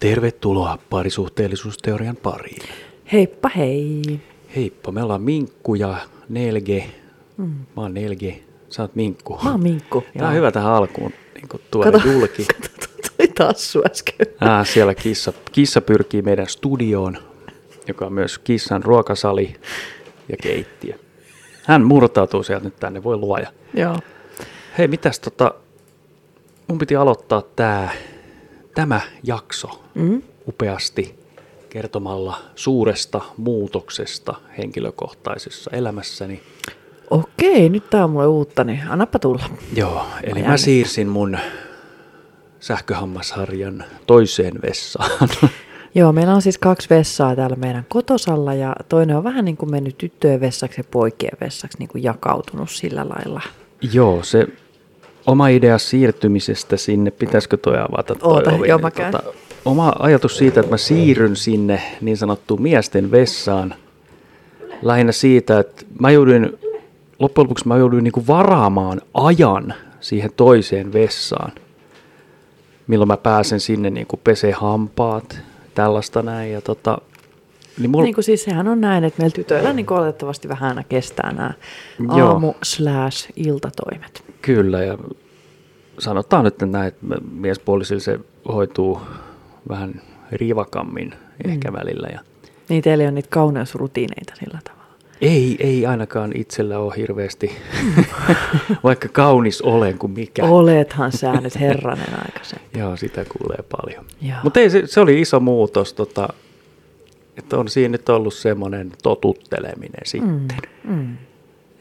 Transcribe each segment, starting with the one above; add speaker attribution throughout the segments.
Speaker 1: Tervetuloa parisuhteellisuusteorian pariin.
Speaker 2: Heippa hei.
Speaker 1: Heippa, me ollaan Minkku ja Nelge. Mm. Mä oon Nelge, sä oot Minkku.
Speaker 2: Mä oon Minkku,
Speaker 1: Tää on
Speaker 2: joo.
Speaker 1: hyvä tähän alkuun niin tuoda julki.
Speaker 2: kato, toi tassu äsken.
Speaker 1: Ah, siellä kissa, kissa pyrkii meidän studioon, joka on myös kissan ruokasali ja keittiö. Hän murtautuu sieltä nyt tänne, voi luoja.
Speaker 2: Joo.
Speaker 1: Hei, mitäs tota, mun piti aloittaa tää, tämä jakso mm? upeasti kertomalla suuresta muutoksesta henkilökohtaisessa elämässäni.
Speaker 2: Okei, nyt tää on mulle uutta, niin annapa tulla.
Speaker 1: Joo, eli mä
Speaker 2: jännittää.
Speaker 1: siirsin mun sähköhammasharjan toiseen vessaan.
Speaker 2: Joo, meillä on siis kaksi vessaa täällä meidän kotosalla ja toinen on vähän niin kuin mennyt tyttöjen vessaksi ja poikien vessaksi niin kuin jakautunut sillä lailla.
Speaker 1: Joo, se oma idea siirtymisestä sinne, pitäisikö toi avata toi
Speaker 2: Oota,
Speaker 1: ovi? Niin, tota,
Speaker 2: joo, mä käyn.
Speaker 1: oma ajatus siitä, että mä siirryn sinne niin sanottuun miesten vessaan, lähinnä siitä, että mä jouduin, loppujen lopuksi mä jouduin niinku varaamaan ajan siihen toiseen vessaan, milloin mä pääsen sinne niinku pesee hampaat, tällaista näin. Ja tota, niin mulla,
Speaker 2: Niin kuin siis sehän on näin, että meillä tytöillä niin kuin oletettavasti vähän aina kestää nämä
Speaker 1: Joo.
Speaker 2: aamu slash iltatoimet.
Speaker 1: Kyllä, ja sanotaan nyt näin, että miespuolisilla se hoituu vähän rivakammin
Speaker 2: Mm.
Speaker 1: ehkä välillä. Ja
Speaker 2: Niin teillä on niitä kauneusrutiineita sillä tavalla.
Speaker 1: ei, ei ainakaan itsellä ole hirveästi, vaikka kaunis olen kuin mikä.
Speaker 2: Olethan sä nyt herranen aikaisen.
Speaker 1: Joo, sitä kuulee paljon.
Speaker 2: Joo.
Speaker 1: Mutta ei, se, se oli iso muutos, tota, että on siinä nyt ollut semmoinen totutteleminen sitten.
Speaker 2: Mm.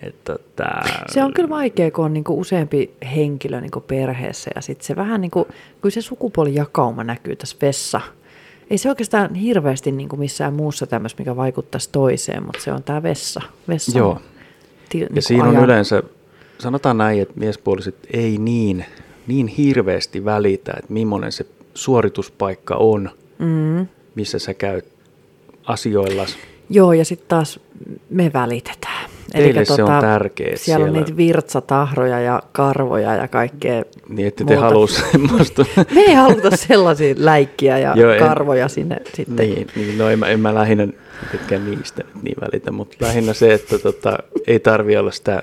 Speaker 1: Että tää,
Speaker 2: Se on kyllä vaikea, kun on niinku useampi henkilö niinku perheessä ja sitten se vähän niin kuin, kyllä se sukupuolijakauma näkyy tässä vessa. Ei se oikeastaan hirveästi niinku missään muussa tämmöisessä, mikä vaikuttaisi toiseen, mutta se on tämä vessa. vessa
Speaker 1: Joo.
Speaker 2: Ti, niinku
Speaker 1: Ja siinä on yleensä, sanotaan näin, että miespuoliset ei niin, niin hirveästi välitä, että millainen se suorituspaikka on,
Speaker 2: Mm.
Speaker 1: missä sä käyt asioillas.
Speaker 2: Joo, ja sitten taas me välitetään.
Speaker 1: Teille
Speaker 2: Elikkä
Speaker 1: se on tärkeä, että
Speaker 2: Siellä, siellä on
Speaker 1: siellä-
Speaker 2: niitä virtsatahroja ja karvoja ja kaikkea.
Speaker 1: Niin, että te
Speaker 2: muuta.
Speaker 1: halua semmoista.
Speaker 2: Me ei haluta sellaisia läikkiä ja
Speaker 1: Joo, en-
Speaker 2: karvoja sinne sitten.
Speaker 1: niin, niin, no en mä, en mä lähinnä tykkää niistä nyt niin välitä, mutta lähinnä se, että tota, ei tarvi olla sitä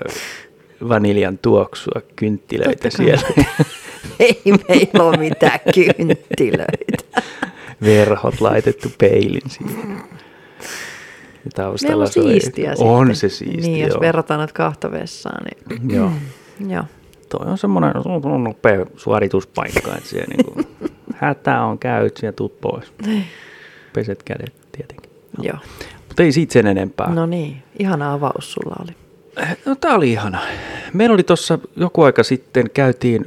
Speaker 1: vaniljan tuoksua, kynttilöitä
Speaker 2: Totta kai.
Speaker 1: siellä,
Speaker 2: Ei meillä ole mitään kynttilöitä.
Speaker 1: verhot laitettu peilin siihen. Ja
Speaker 2: Meillä on
Speaker 1: taustalla se oli-
Speaker 2: siistiä
Speaker 1: On se
Speaker 2: sitten.
Speaker 1: siistiä,
Speaker 2: Niin, jos
Speaker 1: joo.
Speaker 2: verrataan nyt kahta vessaa, niin
Speaker 1: Joo.
Speaker 2: joo.
Speaker 1: Toi on semmoinen se on nopea suorituspaikka, että siellä niinku, hätää on käyt, siellä tuut pois. Peset kädet tietenkin.
Speaker 2: joo.
Speaker 1: Mutta ei siitä sen enempää.
Speaker 2: No niin, ihana avaus sulla oli.
Speaker 1: No tää oli ihana. Meillä oli tuossa joku aika sitten, käytiin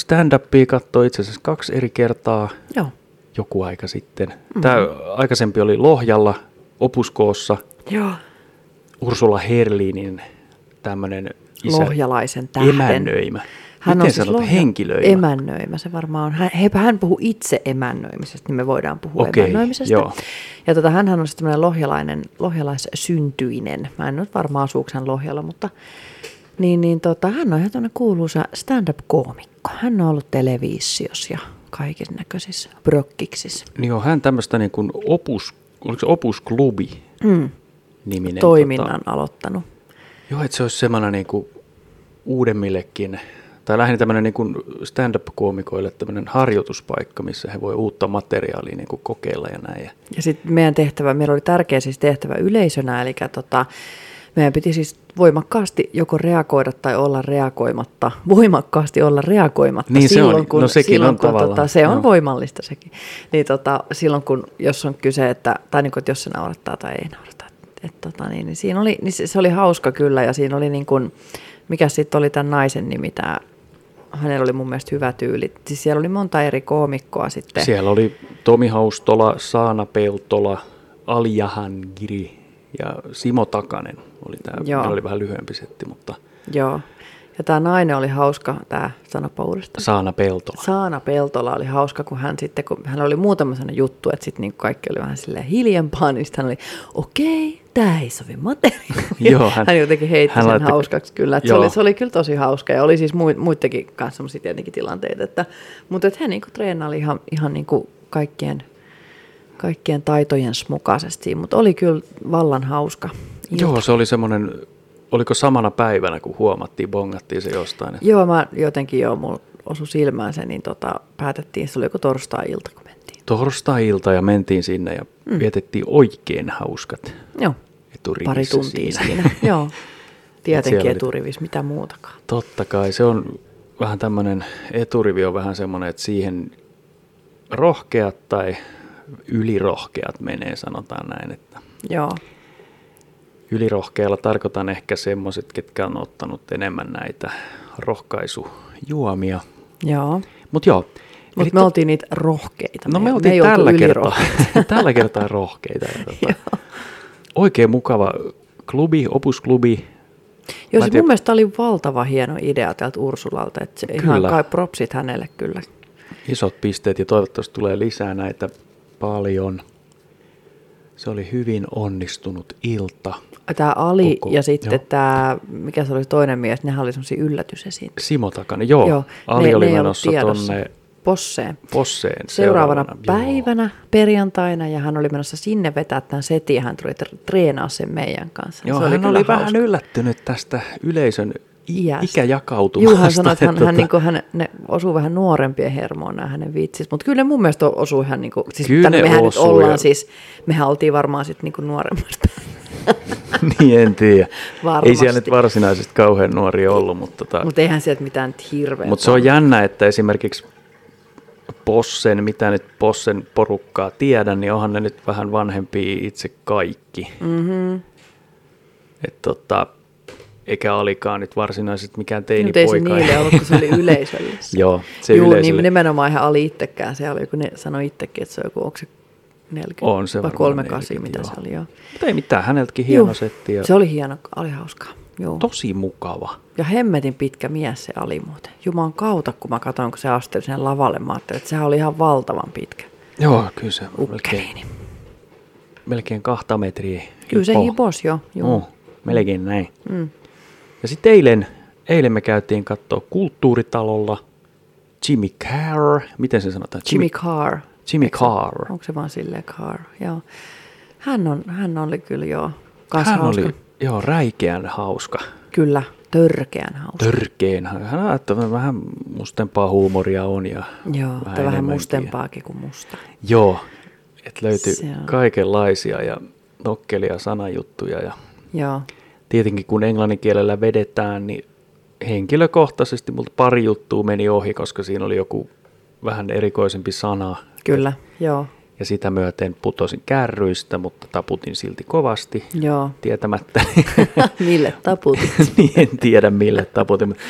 Speaker 1: stand-upia katsoa itse asiassa kaksi eri kertaa
Speaker 2: Joo,
Speaker 1: joku aika sitten. Mm-hmm. Tämä aikaisempi oli Lohjalla, Opuskoossa,
Speaker 2: joo.
Speaker 1: Ursula Herlinin tämmöinen isä.
Speaker 2: Lohjalaisen tähden.
Speaker 1: Emännöimä.
Speaker 2: Hän
Speaker 1: Miten
Speaker 2: on siis
Speaker 1: sanot?
Speaker 2: lohja-
Speaker 1: Henkilöimä.
Speaker 2: Emännöimä, se varmaan on. Hän, heipä hän puhuu itse emännöimisestä, niin me voidaan puhua
Speaker 1: Okei,
Speaker 2: emännöimisestä.
Speaker 1: joo.
Speaker 2: Ja tota, hänhän on siis tämmöinen lohjalainen, lohjalaissyntyinen. Mä en nyt varmaan asuuko hän Lohjalla, mutta niin, niin tota, hän on ihan tämmöinen kuuluisa stand-up-koomikko. Hän on ollut televisiossa ja kaikissa näköisissä brokkiksissa.
Speaker 1: Niin on hän tämmöistä niin kuin opus, oliko se opusklubi
Speaker 2: Mm,
Speaker 1: niminen.
Speaker 2: toiminnan
Speaker 1: Tota,
Speaker 2: aloittanut.
Speaker 1: joo, että se olisi semmoinen niin kuin uudemmillekin, tai lähinnä tämmöinen niin kuin stand-up-koomikoille tämmöinen harjoituspaikka, missä he voi uutta materiaalia niin kuin kokeilla ja näin. Ja
Speaker 2: Ja sitten meidän tehtävä, meillä oli tärkeä siis tehtävä yleisönä, eli tota, meidän piti siis voimakkaasti joko reagoida tai olla reagoimatta, voimakkaasti olla reagoimatta
Speaker 1: Niin se
Speaker 2: silloin,
Speaker 1: on.
Speaker 2: kun,
Speaker 1: No sekin
Speaker 2: silloin,
Speaker 1: on
Speaker 2: kun
Speaker 1: tavallaan,
Speaker 2: tota, se on
Speaker 1: joo.
Speaker 2: voimallista sekin, niin tota, silloin kun, jos on kyse, että, tai niin kuin, että jos se naurattaa tai ei naurata, et, tota, niin, niin, siinä oli, niin se, se, oli hauska kyllä, ja siinä oli niin kuin, mikä sitten oli tämän naisen nimi, tämä, hänellä oli mun mielestä hyvä tyyli, siis siellä oli monta eri koomikkoa sitten.
Speaker 1: siellä oli Tomi Haustola, Saana Peltola, Aljahangiri ja Simo Takanen oli tämä.
Speaker 2: Joo.
Speaker 1: Meillä oli vähän lyhyempi setti, mutta
Speaker 2: Joo. Ja tämä nainen oli hauska, tämä sanapa uudestaan.
Speaker 1: Saana Peltola.
Speaker 2: Saana Peltola oli hauska, kun hän sitten, kun hän oli muutama sellainen juttu, että sitten niin kaikki oli vähän silleen hiljempaa, niin sitten hän oli, okei, tämä ei sovi materiaaliin.
Speaker 1: Joo, hän-
Speaker 2: hän, hän jotenkin heitti
Speaker 1: hän
Speaker 2: hän sen
Speaker 1: laittoi-
Speaker 2: hauskaksi kyllä. Että se,
Speaker 1: Joo.
Speaker 2: oli, se oli kyllä tosi hauska ja oli siis mui- muidenkin kanssa sellaisia tietenkin tilanteita. Että, mutta että he niin treenaili niinku ihan, ihan niin kuin kaikkien, kaikkien taitojen mukaisesti, mutta oli kyllä vallan hauska. ilta.
Speaker 1: Joo, se oli semmoinen, oliko samana päivänä, kun huomattiin, bongattiin se jostain. että-
Speaker 2: Joo, mä jotenkin joo, mulla osui silmään se, niin tota, päätettiin, se oli joku torstai-ilta, kun mentiin.
Speaker 1: Torstai-ilta ja mentiin sinne ja mm. vietettiin oikein hauskat
Speaker 2: Joo,
Speaker 1: eturivissä
Speaker 2: pari tuntia siinä. joo,
Speaker 1: siellä
Speaker 2: tietenkin
Speaker 1: oli-
Speaker 2: eturivis, mitä muutakaan.
Speaker 1: Totta kai, se on vähän tämmöinen, eturivi on vähän semmoinen, että siihen rohkeat tai ylirohkeat menee, sanotaan näin. Että
Speaker 2: Joo,
Speaker 1: ylirohkealla tarkoitan ehkä semmoiset, ketkä on ottanut enemmän näitä rohkaisujuomia.
Speaker 2: joo.
Speaker 1: Mutta joo. eli
Speaker 2: Mutta me
Speaker 1: to-
Speaker 2: oltiin niitä rohkeita.
Speaker 1: No
Speaker 2: ei-
Speaker 1: me oltiin
Speaker 2: ei oltu
Speaker 1: tällä, kertaa,
Speaker 2: ylirohkeita.
Speaker 1: tällä kertaa rohkeita. ja Tota,
Speaker 2: Joo.
Speaker 1: oikein mukava klubi, opusklubi.
Speaker 2: Joo,
Speaker 1: Mä en
Speaker 2: siis
Speaker 1: tiedä-
Speaker 2: mun mielestä oli valtava hieno idea tältä Ursulalta, että se ihan
Speaker 1: Kyllä.
Speaker 2: kai propsit hänelle kyllä.
Speaker 1: Isot pisteet ja toivottavasti tulee lisää näitä paljon. Se oli hyvin onnistunut ilta.
Speaker 2: Tämä Ali
Speaker 1: Koko-
Speaker 2: Koko, ja sitten
Speaker 1: joo.
Speaker 2: tämä, mikä se oli se toinen mies, nehän oli semmoisia yllätysesiin.
Speaker 1: Simo takana, joo. joo Ali
Speaker 2: ne-
Speaker 1: oli
Speaker 2: ne ei ollut
Speaker 1: menossa
Speaker 2: tiedossa.
Speaker 1: tonne
Speaker 2: Posseen.
Speaker 1: Posseen
Speaker 2: Seuraavana,
Speaker 1: joo.
Speaker 2: päivänä, perjantaina, ja hän oli menossa sinne vetää tämän setin, ja hän tuli tr- treenaa sen meidän kanssa.
Speaker 1: Joo,
Speaker 2: se
Speaker 1: oli hän
Speaker 2: kyllä
Speaker 1: oli
Speaker 2: hauska.
Speaker 1: vähän yllättynyt tästä yleisön i-
Speaker 2: Iästä.
Speaker 1: ikäjakautumasta.
Speaker 2: Juu, hän sanoi, että hän,
Speaker 1: Tota,
Speaker 2: hän, niin kuin, hän ne osuu vähän nuorempien hermoon nämä hänen vitsit, mutta kyllä ne mun mielestä osuu ihan niin kuin, siis
Speaker 1: Kyllä
Speaker 2: kyllä
Speaker 1: ne
Speaker 2: mehän nyt
Speaker 1: osuu,
Speaker 2: ollaan
Speaker 1: ja-
Speaker 2: siis, mehän oltiin varmaan sitten niin kuin nuoremmasta.
Speaker 1: niin en tiedä. Ei siellä
Speaker 2: niinku- Varmasti.
Speaker 1: nyt varsinaisesti kauhean nuoria ollut, mutta tota,
Speaker 2: Mutta eihän sieltä mitään nyt hirveä.
Speaker 1: Mutta se on jännä, että esimerkiksi Possen, mitä nyt Possen porukkaa tiedän, niin onhan ne nyt vähän vanhempia itse kaikki. Mm-hmm. Et tota, eikä alikaan nyt varsinaisesti mikään
Speaker 2: Nyt ei se
Speaker 1: teinipoika.
Speaker 2: niille ollut, kun se oli yleisölle.
Speaker 1: Joo, se
Speaker 2: Juu,
Speaker 1: yleisölle.
Speaker 2: niin nimenomaan ihan Ali itsekään. Se oli, kun ne sanoi itsekin, että se on joku, onko se 40
Speaker 1: On se
Speaker 2: vai
Speaker 1: varmaan
Speaker 2: 38,
Speaker 1: 40,
Speaker 2: mitä
Speaker 1: joo.
Speaker 2: se oli. Joo.
Speaker 1: Mutta ei mitään, häneltäkin hieno
Speaker 2: Juu,
Speaker 1: setti. Ja
Speaker 2: Se oli hieno, oli hauskaa. Joo.
Speaker 1: Tosi mukava.
Speaker 2: Ja hemmetin pitkä mies se Ali muuten. Juman kautta, kun mä katsoin, kun se asteli sen lavalle, mä ajattelin, että sehän oli ihan valtavan pitkä.
Speaker 1: Joo, kyllä se melkein,
Speaker 2: Ukkeliini.
Speaker 1: melkein kahta metriä.
Speaker 2: Kyllä se
Speaker 1: hipo.
Speaker 2: hipos jo. Juu.
Speaker 1: Joo, Oh, melkein näin. Mm. Ja sitten eilen, eilen me käytiin katsoa kulttuuritalolla Jimmy Carr, miten se sanotaan?
Speaker 2: Jimmy Carr.
Speaker 1: Jimmy Carr.
Speaker 2: Onko se vaan silleen Carr? Joo. Hän, on, hän oli kyllä joo. Kans
Speaker 1: Hän
Speaker 2: hauska.
Speaker 1: oli joo, räikeän hauska,
Speaker 2: Kyllä, törkeän hauska.
Speaker 1: törkeen. Hän ajattelee, että vähän mustempaa huumoria on. Ja
Speaker 2: Joo, vähän, vähän
Speaker 1: enemmänkin.
Speaker 2: mustempaakin kuin musta.
Speaker 1: Joo, että löytyy
Speaker 2: Se on.
Speaker 1: kaikenlaisia ja nokkelia sanajuttuja. Ja
Speaker 2: Joo,
Speaker 1: tietenkin kun englannin kielellä vedetään, niin henkilökohtaisesti multa pari juttua meni ohi, koska siinä oli joku vähän erikoisempi sana.
Speaker 2: kyllä, joo,
Speaker 1: Ja sitä myöten putosin kärryistä, mutta taputin silti kovasti
Speaker 2: joo.
Speaker 1: tietämättä.
Speaker 2: Mille taputit?
Speaker 1: niin en tiedä mille taputin. mutta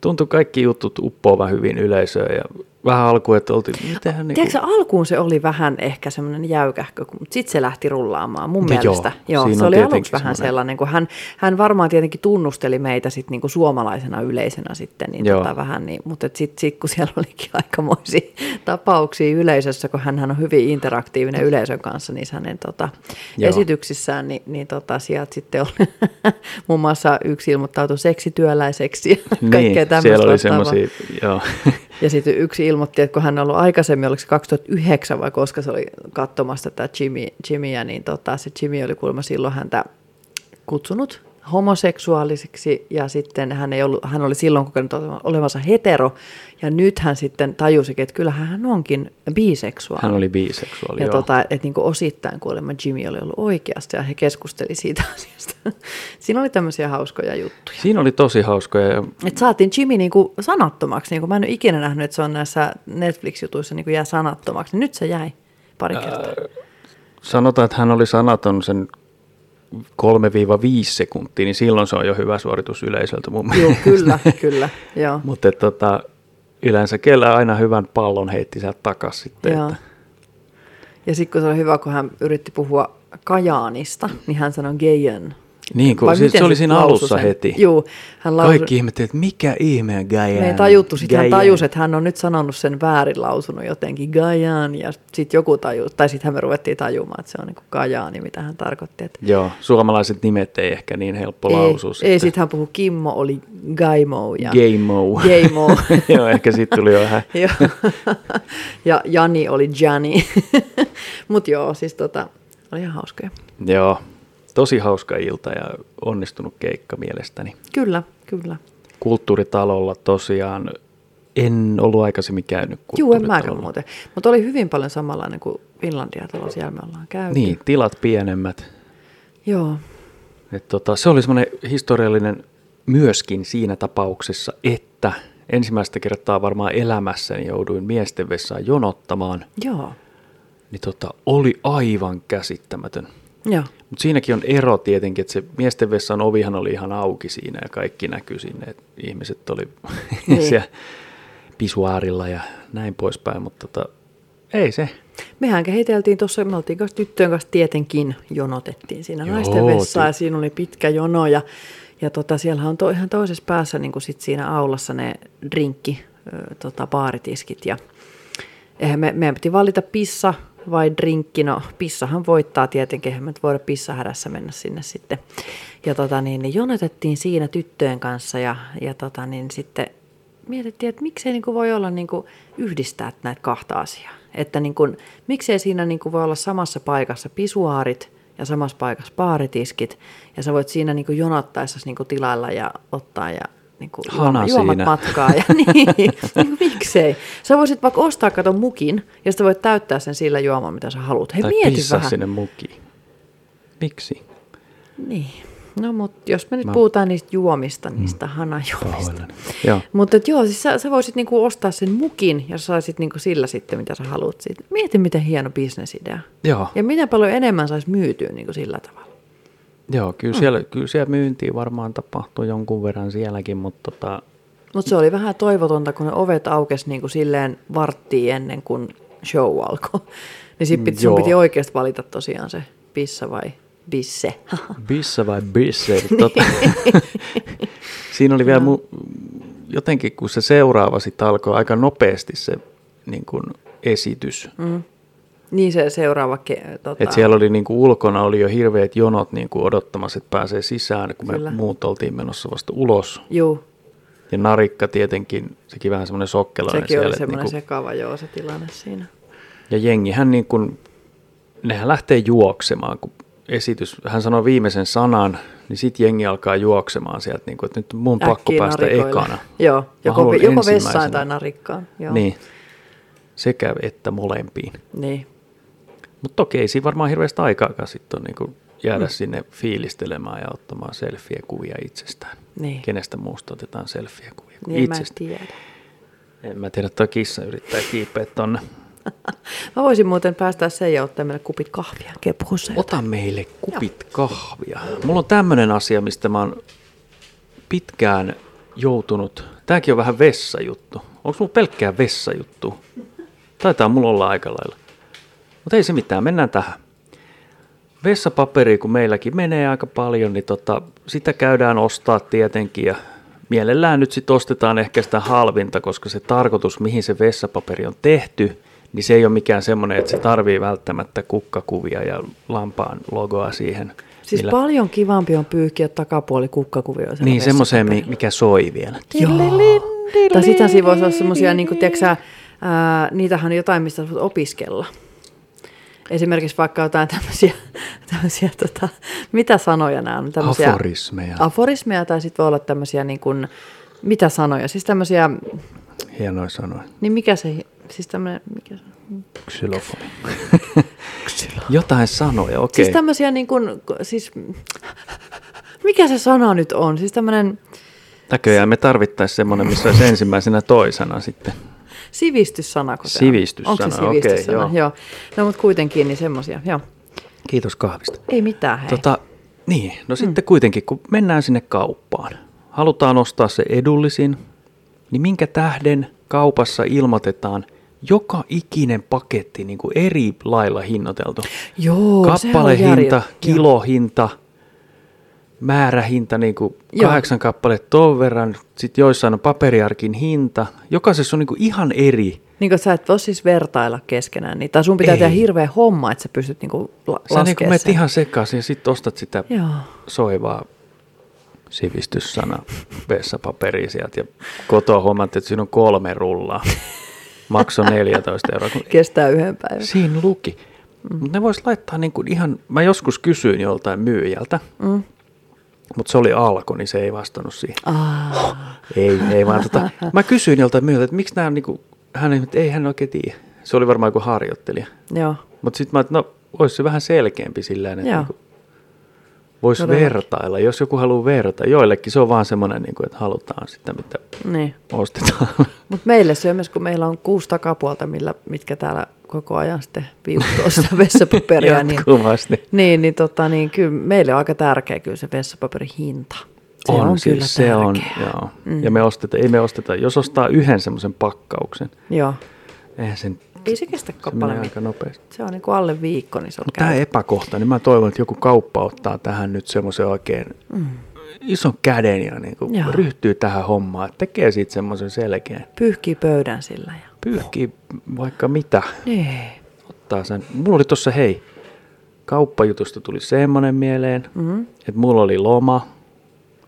Speaker 1: Tuntui kaikki jutut uppoavan hyvin yleisöön ja vähän alkuun, että oltiin, mitähän
Speaker 2: Niin
Speaker 1: niin
Speaker 2: Tiedätkö, alkuun se oli vähän ehkä semmoinen jäykähkö, kun- mutta sitten se lähti rullaamaan mun
Speaker 1: No
Speaker 2: mielestä.
Speaker 1: joo,
Speaker 2: Joo,
Speaker 1: siinä
Speaker 2: se
Speaker 1: on
Speaker 2: oli
Speaker 1: tietenkin
Speaker 2: aluksi vähän
Speaker 1: semmoinen.
Speaker 2: sellainen, kun hän, hän varmaan tietenkin tunnusteli meitä sit niinku suomalaisena yleisenä sitten, niin
Speaker 1: Joo.
Speaker 2: tota vähän niin, mutta sitten sit, kun siellä olikin aikamoisia tapauksia yleisössä, kun hän on hyvin interaktiivinen yleisön kanssa, niin hänen tota,
Speaker 1: Joo.
Speaker 2: esityksissään, niin, niin tota, sieltä sitten oli muun muassa yksi ilmoittautui seksityöläiseksi ja kaikkea
Speaker 1: niin,
Speaker 2: tämmöistä
Speaker 1: siellä oli
Speaker 2: vastaavaa.
Speaker 1: semmoisia, joo.
Speaker 2: Ja sitten yksi ilmoitti, että kun hän on ollut aikaisemmin, oliko se 2009 vai koska se oli katsomassa tätä Jimmy, Jimmyä, niin tota, se Jimmy oli kuulemma silloin häntä kutsunut homoseksuaaliseksi ja sitten hän, ei ollut, hän oli silloin kokenut ole- olevansa hetero ja nyt hän sitten tajusikin, että kyllähän hän onkin biseksuaali.
Speaker 1: Hän oli biseksuaali,
Speaker 2: ja
Speaker 1: joo.
Speaker 2: tota, että niin osittain kuulemma Jimmy oli ollut oikeassa ja he keskusteli siitä asiasta. Siinä oli tämmöisiä hauskoja juttuja.
Speaker 1: Siinä oli tosi hauskoja ja
Speaker 2: Et saatiin Jimmy niinku sanattomaksi. Niinku mä en ole ikinä nähnyt, että se on näissä Netflix-jutuissa niinku jää sanattomaksi. Nyt se jäi pari kertaa.
Speaker 1: sanotaan, että hän oli sanaton sen 3-5 sekuntia, niin silloin se on jo hyvä suoritus yleisöltä mun
Speaker 2: Joo,
Speaker 1: mielestä.
Speaker 2: kyllä, kyllä. Joo.
Speaker 1: Mutta tota, yleensä kellä aina hyvän pallon heitti sieltä takas sitten.
Speaker 2: Joo.
Speaker 1: Että,
Speaker 2: Ja sitten kun se oli hyvä, kun hän yritti puhua Kajaanista, niin hän sanoi Geijan.
Speaker 1: Niin kuin,
Speaker 2: vai
Speaker 1: se,
Speaker 2: miten
Speaker 1: se oli
Speaker 2: se
Speaker 1: siinä
Speaker 2: lausui
Speaker 1: alussa
Speaker 2: sen?
Speaker 1: heti.
Speaker 2: Juu, hän lausui-
Speaker 1: Kaikki ihmettelivät, että mikä ihmeen Gajan.
Speaker 2: Me ei tajuttu, sitten hän tajusi, että hän on nyt sanonut sen väärin lausunut jotenkin Gajaan, ja sitten joku tajus, tai sitten me ruvettiin tajumaan, että se on niin Gajaani, mitä hän tarkoitti. Että
Speaker 1: Joo, suomalaiset nimet ei ehkä niin helppo lausua.
Speaker 2: ei, ei sitten hän puhui Kimmo, oli Gaimo. Ja,
Speaker 1: Gaimo.
Speaker 2: Gaimo.
Speaker 1: Joo, ehkä siitä tuli jo vähän.
Speaker 2: Joo. ja Jani oli Jani. Mutta joo, siis tota, oli ihan hauskoja.
Speaker 1: Joo, tosi hauska ilta ja onnistunut keikka mielestäni.
Speaker 2: Kyllä, kyllä.
Speaker 1: Kulttuuritalolla tosiaan en ollut aikaisemmin käynyt
Speaker 2: Juu, en
Speaker 1: kulttuuritalolla.
Speaker 2: mäkään muuten. Mutta oli hyvin paljon samanlainen kuin Finlandia talo, siellä me ollaan käyty.
Speaker 1: Niin, tilat pienemmät.
Speaker 2: Joo,
Speaker 1: Et tota, se oli semmoinen historiallinen myöskin siinä tapauksessa, että ensimmäistä kertaa varmaan elämässäni jouduin miesten vessaan jonottamaan,
Speaker 2: joo,
Speaker 1: niin tota, oli aivan käsittämätön.
Speaker 2: joo.
Speaker 1: Mutta siinäkin on ero tietenkin, että se miesten vessan ovihan oli ihan auki siinä ja kaikki näkyi sinne. et Ihmiset oli
Speaker 2: Niin.
Speaker 1: siellä pisuaarilla ja näin poispäin, mutta tota, ei se.
Speaker 2: Mehän kehiteltiin tuossa, me oltiin kanssa tyttöjen kanssa tietenkin jonotettiin siinä
Speaker 1: Joo,
Speaker 2: naisten vessaa
Speaker 1: ty-
Speaker 2: ja siinä oli pitkä jono ja, ja tota, siellä on to, ihan toisessa päässä niin kuin sit siinä aulassa ne drinkki, ö, tota, baaritiskit ja eihän me, meidän piti valita pissa vai drinkki, no pissahan voittaa tietenkin, eihän me nyt voida pissahädässä mennä sinne sitten. Ja tota niin, niin jonotettiin siinä tyttöjen kanssa ja, ja tota niin sitten mietittiin, että miksei niin kuin voi olla niin kuin yhdistää näitä kahta asiaa. Että niin kuin, miksei siinä niin kuin voi olla samassa paikassa pisuaarit ja samassa paikassa baaritiskit. Ja sä voit siinä niin kuin jonottaessa niin kuin tilailla ja ottaa ja niin kuin
Speaker 1: Hana
Speaker 2: juomat
Speaker 1: siinä.
Speaker 2: matkaa. Ja niin, niin kuin miksei. Sä voisit vaikka ostaa katon mukin ja sitten voit täyttää sen sillä juomaan, mitä sä haluat. Hei,
Speaker 1: tai
Speaker 2: mieti
Speaker 1: pissaa
Speaker 2: vähän.
Speaker 1: sinne mukiin. Miksi?
Speaker 2: Niin. No mutta jos me nyt
Speaker 1: Mä- Mm.
Speaker 2: puhutaan niistä juomista, niistä hanajuomista.
Speaker 1: Pahoillani. Joo.
Speaker 2: Mutta joo, siis sä, sä voisit niinku ostaa sen mukin ja sä saisit niinku sillä sitten, mitä sä haluat siitä. Mieti, miten hieno bisnesidea.
Speaker 1: Joo,
Speaker 2: Ja miten paljon enemmän saisi myytyä niinku sillä tavalla.
Speaker 1: Joo kyllä, siellä, kyllä siellä myyntiä varmaan tapahtuu jonkun verran sielläkin, mutta tota,
Speaker 2: Mutta se oli vähän toivotonta, kun ne ovet aukesi niinku silleen varttiin ennen kuin show alkoi. Niin sit piti, sun
Speaker 1: Joo.
Speaker 2: piti oikeasti valita tosiaan se pissa vai bisse.
Speaker 1: Bissa vai bisse?
Speaker 2: Niin.
Speaker 1: Tota, siinä oli vielä
Speaker 2: No.
Speaker 1: mu, jotenkin, kun se seuraava sitten alkoi aika nopeasti se niin kun, esitys. Mm.
Speaker 2: niin se seuraava... Ke, tota,
Speaker 1: Et siellä oli niin kuin ulkona oli jo hirveät jonot niin kuin odottamassa, että pääsee sisään, kun me
Speaker 2: Kyllä.
Speaker 1: Kyllä. muut oltiin menossa vasta ulos.
Speaker 2: Juu,
Speaker 1: Ja narikka tietenkin, sekin vähän semmoinen sokkelainen
Speaker 2: sekin
Speaker 1: siellä.
Speaker 2: oli
Speaker 1: et
Speaker 2: semmoinen
Speaker 1: niin
Speaker 2: sekava joo se tilanne siinä.
Speaker 1: Ja jengihän niin kuin, nehän lähtee juoksemaan, kun esitys, hän sanoi viimeisen sanan, niin sitten jengi alkaa juoksemaan sieltä, niin kuin, että nyt mun pakko
Speaker 2: Äkkiä
Speaker 1: päästä
Speaker 2: narikoille.
Speaker 1: ekana.
Speaker 2: Joo, joko,
Speaker 1: haluan
Speaker 2: joko
Speaker 1: ensimmäisenä.
Speaker 2: vessaan tai narikkaan. Joo.
Speaker 1: Niin, sekä että molempiin.
Speaker 2: niin.
Speaker 1: Mutta toki ei siinä varmaan hirveästi aikaakaan sitten on niin kuin jäädä mm. sinne fiilistelemään ja ottamaan selfie-kuvia itsestään.
Speaker 2: Niin.
Speaker 1: Kenestä muusta otetaan selfie-kuvia kuin
Speaker 2: Niin en mä en
Speaker 1: itsestä.
Speaker 2: tiedä.
Speaker 1: en mä tiedä, toi kissa yrittää kiipeä tonne.
Speaker 2: Mä voisin muuten päästä sen ja ottaa meille kupit kahvia kepuuseen.
Speaker 1: Ota meille kupit kahvia. Mulla on tämmönen asia, mistä mä oon pitkään joutunut. Tääkin on vähän vessajuttu. Onko mulla pelkkää vessajuttu? Taitaa mulla olla aika lailla. Mutta ei se mitään, mennään tähän. Vessapaperi, kun meilläkin menee aika paljon, niin tota, sitä käydään ostaa tietenkin ja mielellään nyt sitten ostetaan ehkä sitä halvinta, koska se tarkoitus, mihin se vessapaperi on tehty, niin se ei ole mikään semmoinen, että se tarvii välttämättä kukkakuvia ja lampaan logoa siihen.
Speaker 2: Siis
Speaker 1: millä-
Speaker 2: paljon kivampi on pyyhkiä takapuoli kukkakuvioisella
Speaker 1: niin, semmoiseen, mi- mikä soi vielä.
Speaker 2: Tai sitten siinä voisi olla semmoisia, niin kuin, tiedätkö, sä, ää, niitähän on jotain, mistä sä voit opiskella. Esimerkiksi vaikka jotain tämmöisiä, tämmöisiä tota, mitä sanoja nämä on? Tämmöisiä,
Speaker 1: Aforismeja.
Speaker 2: Aforismeja tai sitten voi olla tämmöisiä, niin kuin, mitä sanoja? Siis tämmöisiä,
Speaker 1: Hienoja sanoja.
Speaker 2: niin mikä se, siis tämmöinen, mikä se on?
Speaker 1: Xylofoni. Jotain sanoja, okei.
Speaker 2: Siis tämmöisiä niin kuin, siis, mikä se sana nyt on? Siis tämmöinen
Speaker 1: Näköjään me tarvittaisiin semmoinen, missä olisi ensimmäisenä toisena sitten.
Speaker 2: sivistyssana. kun se on.
Speaker 1: Sivistyssana,
Speaker 2: Onko se
Speaker 1: okei,
Speaker 2: sivistyssana?
Speaker 1: joo.
Speaker 2: joo. joo. No mutta kuitenkin, niin semmoisia, joo.
Speaker 1: Kiitos kahvista.
Speaker 2: Ei mitään, hei.
Speaker 1: Tota, niin,
Speaker 2: Mm.
Speaker 1: no sitten kuitenkin, kun mennään sinne kauppaan, halutaan ostaa se edullisin, niin minkä tähden kaupassa ilmoitetaan joka ikinen paketti niin kuin eri lailla hinnoiteltu?
Speaker 2: joo, sehän on järjet-
Speaker 1: Kappalehinta,
Speaker 2: joo.
Speaker 1: kilohinta, määrähinta, niin kuin
Speaker 2: Joo.
Speaker 1: kahdeksan kappaletta ton verran, sitten joissain on paperiarkin hinta. Jokaisessa on niin kuin ihan eri.
Speaker 2: Niin kuin sä et voi siis vertailla keskenään niitä. Tai sun pitää
Speaker 1: Ei.
Speaker 2: Ei. tehdä hirveä homma, että sä pystyt niinku la-
Speaker 1: Sä niin kuin
Speaker 2: laskemaan
Speaker 1: menet
Speaker 2: sen.
Speaker 1: ihan sekaisin ja sitten ostat sitä
Speaker 2: Joo.
Speaker 1: soivaa sivistyssana vessapaperia sieltä ja kotoa huomaat, että siinä on kolme rullaa. Makso 14 euroa. Kun
Speaker 2: Kestää yhden päivän.
Speaker 1: Siinä luki. Mut ne vois laittaa niin kuin ihan, mä joskus kysyin joltain myyjältä,
Speaker 2: Mm.
Speaker 1: mutta se oli alko, niin se ei vastannut siihen.
Speaker 2: Ah.
Speaker 1: Ei, ei vaan tota, mä kysyin joltain myyjältä, että miksi nämä on niin kuin, hän ei, että ei hän oikein tiedä. Se oli varmaan joku harjoittelija.
Speaker 2: Joo.
Speaker 1: Mutta sitten mä ajattelin, että no, olisi se vähän selkeämpi sillä tavalla, että
Speaker 2: Joo.
Speaker 1: niinku, voisi
Speaker 2: Todellakin.
Speaker 1: vertailla, jos joku haluaa vertailla. Joillekin se on vaan semmoinen, niinku, että halutaan sitä, mitä
Speaker 2: Niin.
Speaker 1: ostetaan.
Speaker 2: Mutta meille se on myös, kun meillä on kuusi takapuolta, millä, mitkä täällä koko ajan sitten viuhtoo sitä vessapaperia, niin,
Speaker 1: Jatkuvasti.
Speaker 2: niin, niin, tota, niin kyllä meille on aika tärkeä kyllä se vessapaperin hinta. Se on,
Speaker 1: siis,
Speaker 2: kyllä
Speaker 1: se
Speaker 2: tärkeä.
Speaker 1: on, joo. Mm. Ja me ostetaan, ei me osteta, jos ostaa yhden semmoisen pakkauksen,
Speaker 2: joo.
Speaker 1: eihän sen,
Speaker 2: Ei se kestä
Speaker 1: se menee
Speaker 2: kappale
Speaker 1: aika
Speaker 2: mitään.
Speaker 1: nopeasti.
Speaker 2: Se on niin kuin alle viikko, niin se on
Speaker 1: Mutta tämä epäkohta, niin mä toivon, että joku kauppa ottaa tähän nyt semmoisen oikein mm. ison käden ja niinku
Speaker 2: Joo.
Speaker 1: ryhtyy tähän hommaan, että tekee siitä semmoisen selkeän.
Speaker 2: Pyyhkii pöydän sillä. Ja...
Speaker 1: Pyyhkii vaikka mitä.
Speaker 2: Niin.
Speaker 1: Ottaa sen. Mulla oli tossa, hei, kauppajutusta tuli semmoinen mieleen,
Speaker 2: Mhm.
Speaker 1: mm-hmm. että mulla oli loma.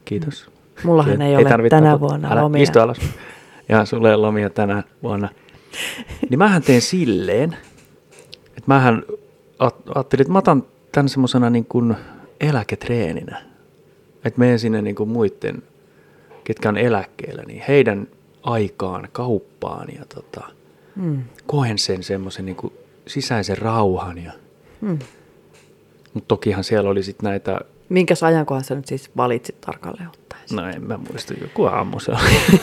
Speaker 1: Kiitos.
Speaker 2: Mm. Mullahan
Speaker 1: Kiit-
Speaker 2: ei ole
Speaker 1: tarvitse
Speaker 2: tänä
Speaker 1: taputtaa.
Speaker 2: vuonna
Speaker 1: Älä,
Speaker 2: lomia.
Speaker 1: Istu alas. Ja sulle ei ole lomia tänä vuonna. Niin mähän teen silleen, että mähän aj- ajattelin, että mä otan tämän semmoisena niin kuin eläketreeninä. Että menen sinne niin kuin muiden, ketkä on eläkkeellä, niin heidän aikaan, kauppaan ja tota,
Speaker 2: Mm.
Speaker 1: koen sen semmoisen niin kuin sisäisen rauhan. Ja,
Speaker 2: Mm.
Speaker 1: mutta tokihan siellä oli sitten näitä,
Speaker 2: Minkäs ajankohan sä nyt siis valitsit tarkalleen ottaen?
Speaker 1: no en mä muista, joku aamu se oli.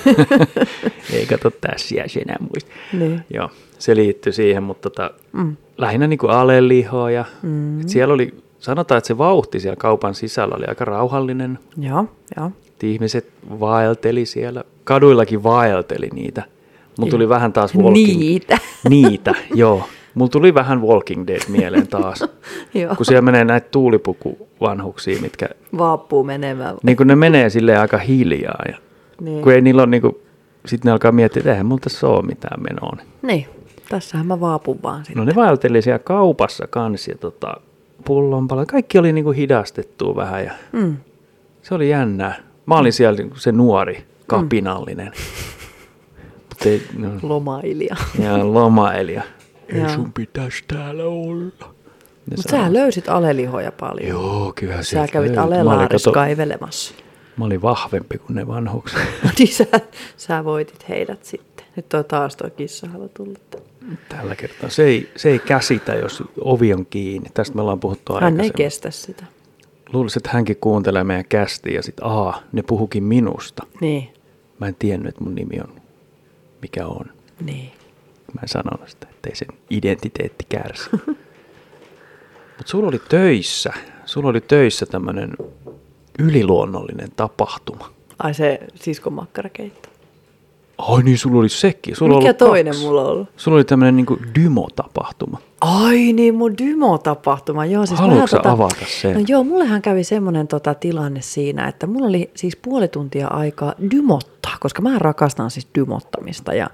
Speaker 1: Ei kato tässä jäisi enää muista.
Speaker 2: Niin.
Speaker 1: Joo, se liittyy siihen, mutta tota,
Speaker 2: Mm.
Speaker 1: lähinnä niin kuin alelihoa. Ja,
Speaker 2: Mm.
Speaker 1: et siellä oli, sanotaan, että se vauhti siellä kaupan sisällä oli aika rauhallinen.
Speaker 2: Mm. Joo, joo.
Speaker 1: Et ihmiset vaelteli siellä, kaduillakin vaelteli niitä. Mulla tuli vähän taas walking.
Speaker 2: Niitä.
Speaker 1: Niitä, joo. Mulla tuli vähän Walking Dead mieleen taas.
Speaker 2: Joo.
Speaker 1: kun siellä menee näitä tuulipukuvanhuksia, mitkä
Speaker 2: Vaappuu menemään.
Speaker 1: niin kun ne menee sille aika hiljaa. Ja,
Speaker 2: Niin.
Speaker 1: kun ei niillä ole, niin kun, sitten ne alkaa miettiä, että eihän mulla tässä ole mitään menoa. Niin.
Speaker 2: Niin. Tässähän mä vaapun vaan sitten.
Speaker 1: No ne vaelteli siellä kaupassa kanssa ja tota, pullonpala. Kaikki oli niinku hidastettua vähän ja
Speaker 2: Mm.
Speaker 1: se oli jännää. Mä olin siellä niinku se
Speaker 2: Mm.
Speaker 1: nuori, kapinallinen. Mut ei, no,
Speaker 2: Lomailija.
Speaker 1: ja lomailija.
Speaker 2: Joo.
Speaker 1: Ei sun pitäisi täällä olla. Ne
Speaker 2: Mutta
Speaker 1: sanoi,
Speaker 2: sä löysit alelihoja paljon.
Speaker 1: Joo, kyllä
Speaker 2: Sä
Speaker 1: sieltä
Speaker 2: kävit
Speaker 1: löytyy." Mä olin,
Speaker 2: alelaarissa
Speaker 1: kato,
Speaker 2: kaivelemassa.
Speaker 1: Mä olin vahvempi kuin ne vanhukset.
Speaker 2: No niin, sä, sä voitit heidät sitten. Nyt on taas toi kissahalu tullut.
Speaker 1: Tällä kertaa. Se ei, se ei käsitä, jos ovi on kiinni. Tästä me ollaan puhuttu
Speaker 2: Hän ei
Speaker 1: aikaisemmin.
Speaker 2: kestä sitä.
Speaker 1: Luulisin, että hänkin kuuntelee meidän kästiä ja sitten aa, ne puhukin minusta.
Speaker 2: Niin,
Speaker 1: Mä en tiennyt, että mun nimi on mikä on.
Speaker 2: niin.
Speaker 1: Mä en sanonut sitä, ettei sen identiteetti kärsi. Mutta sulla oli töissä, sulla oli töissä tämmönen yliluonnollinen tapahtuma.
Speaker 2: Ai se siskon makkarakeitto.
Speaker 1: Ai niin, sulla oli sekin. Sulla on
Speaker 2: Mikä
Speaker 1: ollut
Speaker 2: toinen
Speaker 1: kaksi.
Speaker 2: mulla on ollut?
Speaker 1: Sulla oli tämmönen niinku dymo-tapahtuma.
Speaker 2: Ai niin, mun Dymo-tapahtuma. Joo, siis
Speaker 1: Haluatko
Speaker 2: mähän
Speaker 1: sä avata sen?
Speaker 2: No joo, mullehan kävi semmoinen tota, tilanne siinä, että mulla oli siis puoli tuntia aikaa dymottaa, koska mä rakastan siis dymottamista ja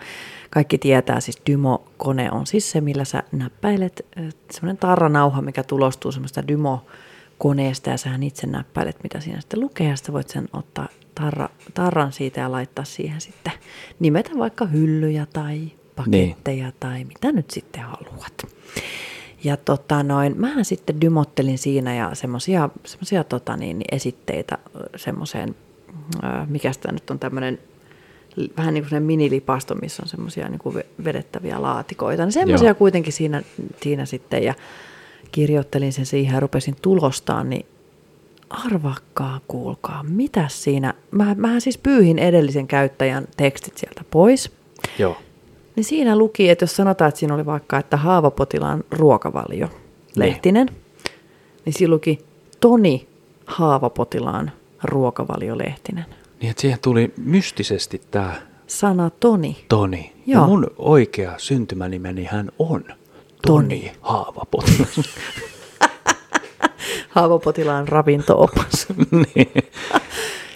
Speaker 2: kaikki tietää, siis dymokone on siis se, millä sä näppäilet äh, semmoinen tarranauha, mikä tulostuu semmoista dymokoneesta ja sähän itse näppäilet, mitä siinä sitten lukee ja sitten voit sen ottaa tarra, tarran siitä ja laittaa siihen sitten nimetä vaikka hyllyjä tai
Speaker 1: Niin.
Speaker 2: paketteja kortteja tai mitä nyt sitten haluat. Ja tota noin, mähän sitten dymottelin siinä ja semmosia, semmosia tota niin, niin esitteitä ö, semmoiseen, ö, mikä sitä nyt on tämmöinen, vähän niin kuin semmoinen minilipasto, missä on semmoisia niin kuin ve- vedettäviä laatikoita. Niin semmoisia
Speaker 1: Joo.
Speaker 2: kuitenkin siinä, siinä sitten ja kirjoittelin sen siihen ja rupesin tulostaa, niin arvakkaa kuulkaa, mitä siinä, mä, mähän siis pyyhin edellisen käyttäjän tekstit sieltä pois.
Speaker 1: Joo.
Speaker 2: Niin siinä luki, että jos sanotaan, että siinä oli vaikka, että haavapotilaan ruokavalio, lehtinen, niin siinä luki Toni haavapotilaan ruokavalio, lehtinen.
Speaker 1: Niin, että siihen tuli mystisesti tämä
Speaker 2: Sana Toni.
Speaker 1: Toni. Ja
Speaker 2: Joo.
Speaker 1: mun oikea syntymänimeni hän on Toni,
Speaker 2: Toni.
Speaker 1: Haavapotilas.
Speaker 2: haavopotilaan ravinto-opas.
Speaker 1: niin.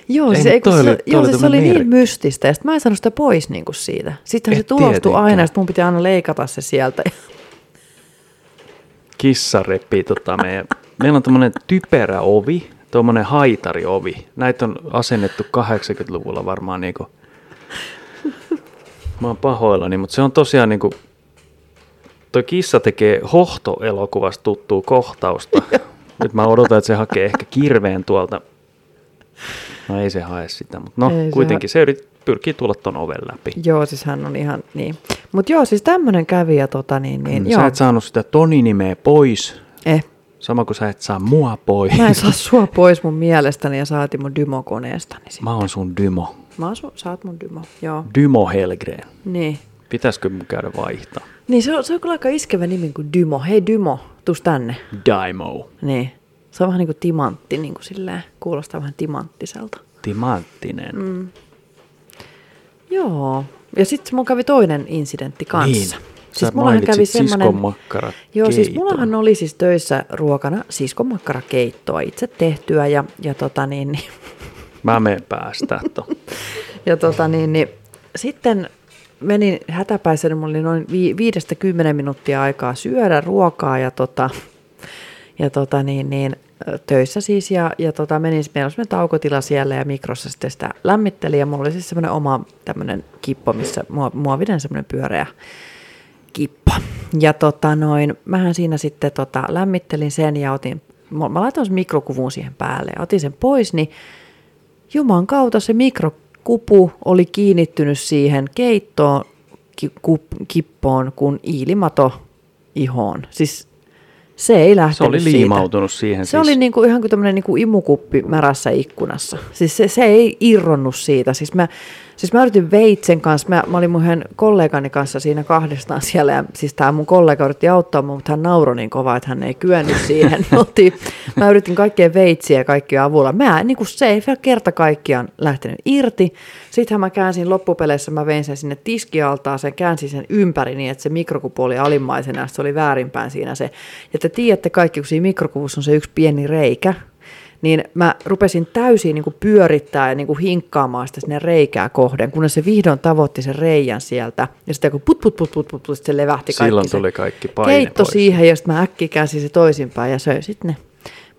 Speaker 2: Joo,
Speaker 1: Ei,
Speaker 2: siis,
Speaker 1: mut
Speaker 2: ei, kun
Speaker 1: toi
Speaker 2: se,
Speaker 1: oli- toi
Speaker 2: joo,
Speaker 1: oli
Speaker 2: siis se oli
Speaker 1: tämmönen
Speaker 2: niin
Speaker 1: merkki.
Speaker 2: mystistä, ja sit mä en saanut sitä pois niin kuin siitä. Sittenhän se
Speaker 1: Et
Speaker 2: tulostui
Speaker 1: tietenkään.
Speaker 2: aina, että mun piti aina leikata se sieltä.
Speaker 1: Kissa repii tota meidän. Meillä on tämmöinen typerä ovi, tuommoinen haitariovi. Näitä on asennettu 80-luvulla varmaan niinku. Mä oon pahoillani, mutta se on tosiaan niinku, toi kissa tekee hohtoelokuvasta tuttuu kohtausta. Nyt mä odotan, että se hakee ehkä kirveen tuolta. No ei se hae sitä, mutta no
Speaker 2: Ei se
Speaker 1: ei kuitenkin se, se yrit, pyrkii tulla ton oven läpi.
Speaker 2: Joo, siis hän on ihan niin. Mutta joo, siis tämmöinen kävi ja tota niin, niin
Speaker 1: Mm,
Speaker 2: joo.
Speaker 1: Sä et saanut sitä Toni-nimeä pois,
Speaker 2: Eh,
Speaker 1: sama kuin sä et saa mua pois.
Speaker 2: mä en saa sua pois mun mielestäni ja saati mun dymokoneestani. sit.
Speaker 1: Mä oon sun Dymo.
Speaker 2: Mä oon sun, sä oot mun dymo, joo.
Speaker 1: Dymo Helgren.
Speaker 2: Niin.
Speaker 1: Pitäisikö mun käydä vaihtaa?
Speaker 2: Niin se on, se on kyllä aika iskevä nimi kuin Dymo. Hei Dymo, tuus tänne.
Speaker 1: Daimo.
Speaker 2: Niin. Se on vähän niin kuin timantti, niin kuin silleen, kuulostaa vähän timanttiselta.
Speaker 1: Timanttinen. Mm,
Speaker 2: Joo. Ja sitten mun kävi toinen incidentti kanssa. Siis
Speaker 1: Niin. Sä mainitsit siskon makkarakeiton.
Speaker 2: Joo, siis mullahan oli siis töissä ruokana siskonmakkarakeittoa itse tehtyä ja, ja tota niin, niin
Speaker 1: Mä menen päästä. ton.
Speaker 2: Ja tota niin, niin sitten menin hätäpäisenä, mulla oli noin vi- viidestä kymmenen minuuttia aikaa syödä ruokaa ja tota, ja tota niin, niin, ö, töissä siis ja, ja tota, menin, meillä oli semmoinen taukotila siellä ja mikrossa sitten sitä lämmitteli ja mulla oli siis semmoinen oma tämmöinen kippo, missä muo- muovinen semmoinen pyöreä kippa. Ja tota noin, mähän siinä sitten tota, lämmittelin sen ja otin, mä mä laitoin sen mikrokuvuun siihen päälle ja otin sen pois, niin Juman kautta se mikrokupu oli kiinnittynyt siihen keittoon, ki, kup, kippoon, kun iilimato ihoon. Siis se ei
Speaker 1: Se
Speaker 2: lähtenyt
Speaker 1: oli
Speaker 2: siitä.
Speaker 1: liimautunut siihen
Speaker 2: Se siis. oli niinku, ihan kuin tämmöinen niinku imukuppi märässä ikkunassa. Siis se, se ei irronnut siitä. Siis mä, siis mä yritin veitsen kanssa, mä, mä olin mun yhden kollegani kanssa siinä kahdestaan siellä. Ja, siis tämä mun kollega yritti auttaa mua, mutta hän nauroi niin kovaa, että hän ei kyennyt siihen. Me oltiin- mä yritin kaikkien veitsiä ja kaikkia avulla. Mä, niinku, se ei vielä kerta kaikkiaan lähtenyt irti. Sittenhän mä käänsin loppupeleissä, mä vein sen sinne tiskialtaan, sen käänsin sen ympäri niin, että se mikrokupu oli alimmaisena, ja sit se oli väärinpäin siinä se. Ja te tiedätte kaikki, kun siinä mikrokuvussa on se yksi pieni reikä, niin mä rupesin täysin niin kuin pyörittää ja niin kuin hinkkaamaan sitä sinne reikää kohden, kunnes se vihdoin tavoitti sen reijän sieltä. Ja sitten kun put put put put put, put sit se levähti kaikki
Speaker 1: Silloin
Speaker 2: se
Speaker 1: tuli kaikki paine
Speaker 2: keitto
Speaker 1: pois.
Speaker 2: siihen ja sitten mä äkkiä käänsin se toisinpäin ja söin sitten ne.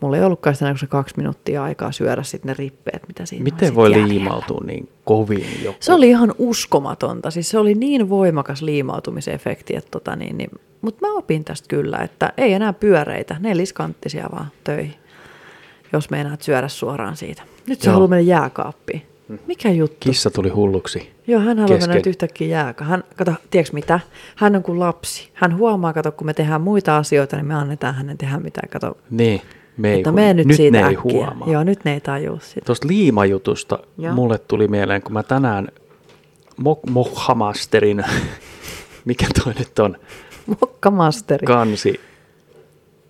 Speaker 2: Mulla ei ollutkaan sitä enää kuin se kaksi minuuttia aikaa syödä sitten ne rippeet, mitä siinä oli
Speaker 1: Miten
Speaker 2: sit
Speaker 1: voi
Speaker 2: jäljellä.
Speaker 1: liimautua niin kovin joku?
Speaker 2: Se oli ihan uskomatonta. Siis se oli niin voimakas liimautumisefekti, että tota niin, niin, mutta mä opin tästä kyllä, että ei enää pyöreitä, neliskanttisia vaan töihin, jos meinaat syödä suoraan siitä. Nyt se
Speaker 1: Joo.
Speaker 2: haluaa mennä jääkaappiin. Mikä juttu?
Speaker 1: Kissa tuli hulluksi.
Speaker 2: Joo, hän haluaa mennä
Speaker 1: kesken.
Speaker 2: nyt yhtäkkiä jääkaan. Hän, kato, tiedätkö mitä? Hän on kuin lapsi. Hän huomaa, kato, kun me tehdään muita asioita, niin me annetaan hänen tehdä mitään. Kato,
Speaker 1: Niin, me ei,
Speaker 2: että
Speaker 1: hu-
Speaker 2: mene nyt,
Speaker 1: nyt
Speaker 2: siitä
Speaker 1: ne ei
Speaker 2: äkkiä.
Speaker 1: huomaa.
Speaker 2: Joo, nyt ne ei tajua sitä.
Speaker 1: Tuosta liimajutusta
Speaker 2: Joo.
Speaker 1: Joo. mulle tuli mieleen, kun mä tänään mo- mohamasterin, mikä toi nyt on,
Speaker 2: Mokkamasteri.
Speaker 1: kansi,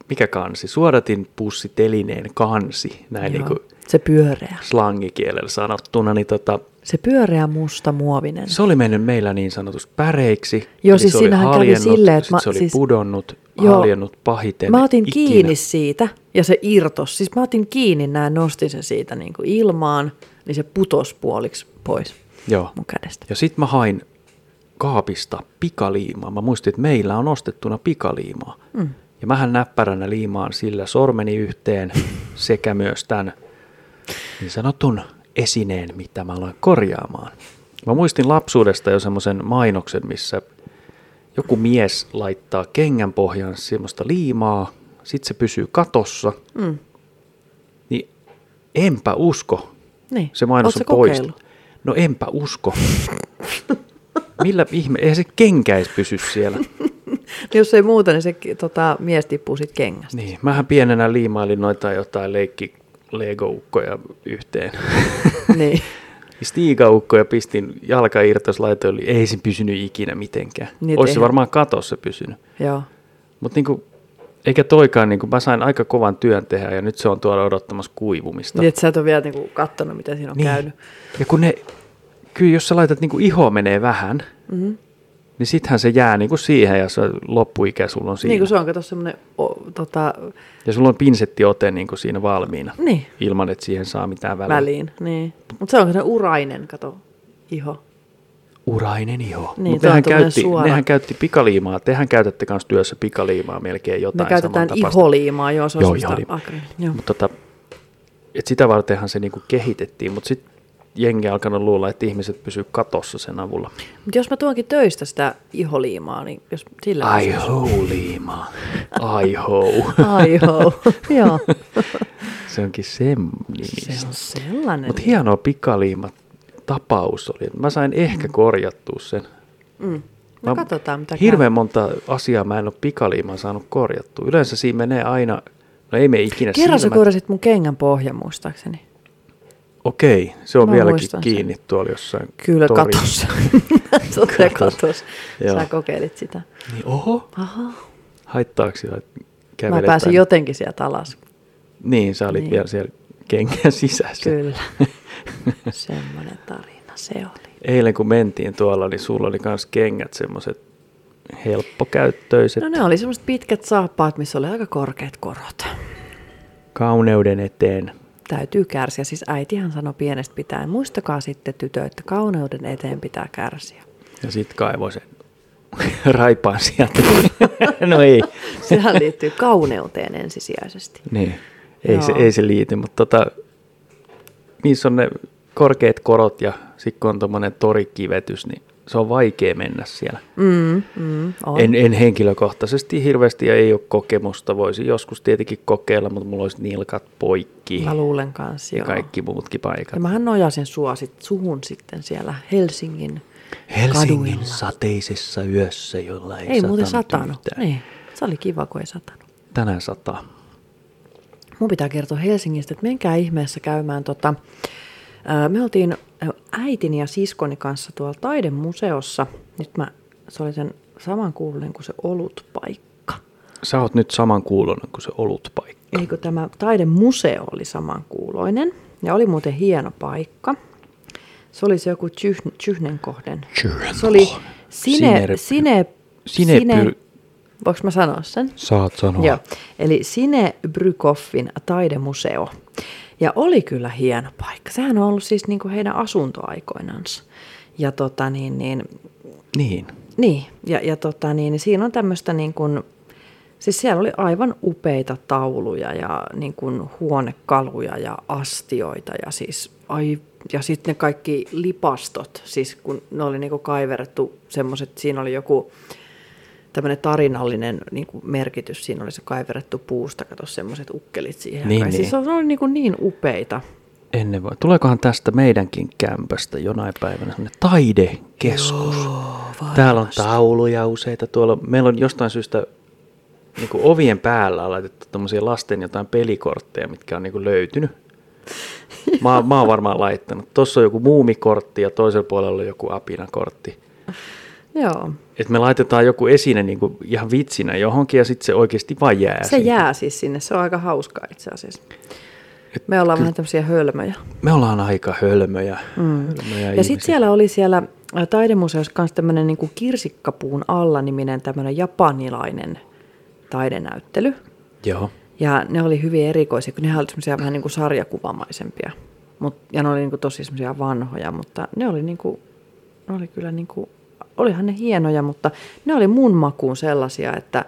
Speaker 1: mikä kansi, suodatin pussitelineen kansi, näin
Speaker 2: Joo.
Speaker 1: niin kuin
Speaker 2: Se pyöreä.
Speaker 1: slangikielellä sanottuna, niin tota,
Speaker 2: Se pyöreä musta muovinen.
Speaker 1: se oli mennyt meillä niin sanotusti päreiksi.
Speaker 2: Joo,
Speaker 1: eli
Speaker 2: siis
Speaker 1: se oli
Speaker 2: siinähän kävi
Speaker 1: haljennut,
Speaker 2: silleen, että
Speaker 1: sit
Speaker 2: mä-
Speaker 1: se oli
Speaker 2: siis-
Speaker 1: pudonnut,
Speaker 2: Joo.
Speaker 1: haljennut pahiten
Speaker 2: Mä otin
Speaker 1: ikinä.
Speaker 2: kiinni siitä ja se irtos. Siis mä otin kiinni näin, nostin sen siitä niin kuin ilmaan, niin se putos puoliksi pois
Speaker 1: Joo.
Speaker 2: mun kädestä.
Speaker 1: Ja sit mä hain kaapista pikaliimaa. Mä muistin, että meillä on ostettuna pikaliimaa. Mm. Ja mähän näppäränä liimaan sillä sormeni yhteen sekä myös tämän niin sanotun esineen, mitä mä aloin korjaamaan. Mä muistin lapsuudesta jo semmoisen mainoksen, missä joku mies laittaa kengän pohjaan semmoista liimaa, sit se pysyy katossa.
Speaker 2: Mm.
Speaker 1: Niin enpä usko,
Speaker 2: Niin.
Speaker 1: se mainos on
Speaker 2: Ootko
Speaker 1: pois.
Speaker 2: kokeillut?
Speaker 1: No enpä usko. Millä ihme, eihän se kenkäis pysy siellä.
Speaker 2: Jos ei muuta, niin se tota, mies tippuu sit kengästä.
Speaker 1: Niin, mähän pienenä liimailin noita jotain leikki legoukkoja yhteen.
Speaker 2: niin.
Speaker 1: Stiigaukkoja pistin jalka irtos laitoin, yli. ei se pysynyt ikinä mitenkään.
Speaker 2: Niin, et
Speaker 1: Niin, Olisi se
Speaker 2: eihän-
Speaker 1: varmaan katossa pysynyt.
Speaker 2: Joo.
Speaker 1: Mutta niinku, eikä toikaan, niinku, mä sain aika kovan työn tehdä ja nyt se on tuolla odottamassa kuivumista.
Speaker 2: Niin, että sä et ole vielä niinku kattonut, mitä
Speaker 1: Niin.
Speaker 2: siinä on niin. käynyt.
Speaker 1: niinku Ja kun ne, kyllä jos sä laitat, niin kuin iho menee vähän, mm-hmm. Niin sittenhän se jää niin kuin siihen ja se loppuikä sulla on siinä.
Speaker 2: Niin kuin se on, kato semmoinen, o, tota,
Speaker 1: Ja sulla on pinsettiote niin kuin siinä valmiina,
Speaker 2: Niin.
Speaker 1: ilman että siihen saa mitään väliä.
Speaker 2: väliin. Niin. Mutta se on se urainen, kato, iho.
Speaker 1: Urainen iho.
Speaker 2: Niin,
Speaker 1: Mut
Speaker 2: tuo on
Speaker 1: nehän,
Speaker 2: tommonen
Speaker 1: käytti,
Speaker 2: suora.
Speaker 1: nehän käytti pikaliimaa. Tehän käytätte myös työssä pikaliimaa melkein
Speaker 2: Me
Speaker 1: jotain
Speaker 2: käytetään
Speaker 1: samantapaista.
Speaker 2: iholiimaa, joo, se on
Speaker 1: Joo,
Speaker 2: semmoista
Speaker 1: iholiimaa.
Speaker 2: akryl- Joo.
Speaker 1: Mut tota, et sitä vartenhan se niinku kehitettiin, mutta sitten jengi on alkanut luulla, että ihmiset pysyy katossa sen avulla.
Speaker 2: Mutta jos mä tuonkin töistä sitä iholiimaa, niin jos sillä...
Speaker 1: Aiho liima. Aiho.
Speaker 2: Aiho. Joo.
Speaker 1: se onkin sen nimistä.
Speaker 2: Se on sellainen.
Speaker 1: Mutta hienoa pikaliima tapaus oli. Mä sain ehkä korjattua sen.
Speaker 2: Mm.
Speaker 1: Mä
Speaker 2: No katsotaan, mitä
Speaker 1: Hirveän monta asiaa mä en ole pikaliimaan saanut korjattua. Yleensä siinä menee aina, no ei me ikinä
Speaker 2: käy. Kerran sä
Speaker 1: silmät-
Speaker 2: korjasit mun kengän pohjan muistaakseni.
Speaker 1: Okei, se on
Speaker 2: Mä
Speaker 1: vieläkin
Speaker 2: muistan sen.
Speaker 1: kiinni tuolla jossain
Speaker 2: Kyllä
Speaker 1: torilla.
Speaker 2: katos. Totta
Speaker 1: Katos.
Speaker 2: katos.
Speaker 1: Joo.
Speaker 2: Sä kokeilit sitä.
Speaker 1: Niin, oho,
Speaker 2: Aha.
Speaker 1: haittaako sillä, että
Speaker 2: Mä
Speaker 1: kävelet
Speaker 2: pääsin
Speaker 1: tänne?
Speaker 2: jotenkin sieltä alas.
Speaker 1: Niin, sä olit
Speaker 2: Niin.
Speaker 1: vielä siellä kenkän sisässä.
Speaker 2: Kyllä. Semmoinen tarina se oli.
Speaker 1: Eilen kun mentiin tuolla, niin sulla oli myös kengät semmoiset helppokäyttöiset,
Speaker 2: No ne oli semmoiset pitkät saappaat, missä oli aika korkeat korot. niin.
Speaker 1: kauneuden eteen.
Speaker 2: Täytyy kärsiä. Siis äitihän sanoi pienestä pitäen, muistakaa sitten tytö, että kauneuden eteen pitää kärsiä.
Speaker 1: Ja sit kaivoi sen raipaan sieltä. no ei.
Speaker 2: Sehän liittyy kauneuteen ensisijaisesti.
Speaker 1: Niin, ei, se,
Speaker 2: Joo.
Speaker 1: ei se liity, mutta tota, niissä on ne korkeat korot ja sitten kun on tuommoinen torikivetys, niin se on vaikea mennä siellä.
Speaker 2: Mm, mm, on.
Speaker 1: En, en henkilökohtaisesti hirveästi ja ei ole kokemusta. Voisin joskus tietenkin kokeilla, mutta mulla olisi nilkat poikki
Speaker 2: Mä luulen kanssa,
Speaker 1: ja
Speaker 2: joo.
Speaker 1: kaikki muutkin paikat.
Speaker 2: Ja mähän nojasin sua sit, suhun sitten siellä Helsingin kaduilla.
Speaker 1: sateisessa yössä, jolla
Speaker 2: Ei muuten satanut. Niin. Se oli kiva, kun ei satanut.
Speaker 1: Tänään sataa.
Speaker 2: Mun pitää kertoa Helsingistä, että menkää ihmeessä käymään. Tota, ää, me oltiin ää, äitini ja siskoni kanssa tuolla taidemuseossa. Nyt mä, se oli sen saman kuulen kuin se olutpaikka.
Speaker 1: Sä oot nyt saman kuulonen kuin se ollut paikka.
Speaker 2: Eikö tämä taidemuseo oli samankuuloinen ja oli muuten hieno paikka. Se oli se joku Tsyhn- Tsyhnenkohden. Se oli sine,
Speaker 1: Sinerpy-
Speaker 2: sine, No.
Speaker 1: Sinepy-
Speaker 2: voinko mä sanoa sen?
Speaker 1: Saat sanoa.
Speaker 2: Joo. Eli Sine Brykoffin taidemuseo. Ja oli kyllä hieno paikka. Sehän on ollut siis niin kuin heidän asuntoaikoinansa. Ja tota niin, niin,
Speaker 1: Niin.
Speaker 2: niin, ja, ja tota niin, niin siinä on tämmöistä niin kuin, siis siellä oli aivan upeita tauluja ja niin kuin huonekaluja ja astioita ja siis ai, ja sitten ne kaikki lipastot, siis kun ne oli niin kuin kaiverrettu semmoiset, siinä oli joku tämmöinen tarinallinen niin kuin merkitys, siinä oli se kaiverrettu puusta, kato semmoiset ukkelit
Speaker 1: Niin,
Speaker 2: siihen. Niin, niin.
Speaker 1: niin.
Speaker 2: Siis se oli niin, kuin niin upeita.
Speaker 1: Ennen voi. Tuleekohan tästä meidänkin kämpästä jonain päivänä semmoinen taidekeskus? Joo, Täällä on tauluja useita tuolla. Meillä on jostain syystä niin ovien päällä on laitettu tämmöisiä lasten jotain pelikortteja, mitkä on niin kuin löytynyt. Mä, oon- mä oon varmaan laittanut. Tuossa on joku muumikortti ja toisella puolella on joku apinakortti.
Speaker 2: Joo.
Speaker 1: Et me laitetaan joku esine niin kuin ihan vitsinä johonkin ja sitten se oikeasti vaan jää.
Speaker 2: Se
Speaker 1: siihen.
Speaker 2: jää siis sinne, se on aika hauskaa itse asiassa. Me ollaan vähän tämmöisiä hölmöjä.
Speaker 1: Me ollaan aika hölmöjä. Mm. hölmöjä
Speaker 2: Ja
Speaker 1: ihmisiä.
Speaker 2: sitten siellä oli siellä ä, taidemuseossa myös tämmöinen niin kirsikkapuun alla niminen tämmöinen japanilainen taidenäyttely.
Speaker 1: Joo.
Speaker 2: Ja ne oli hyvin erikoisia, kun ne oli semmoisia vähän niin kuin sarjakuvamaisempia. Mut, ja ne oli niin kuin tosi semmoisia vanhoja, mutta ne oli, niin kuin, ne oli kyllä niin kuin, olihan ne hienoja, mutta ne oli mun makuun sellaisia, että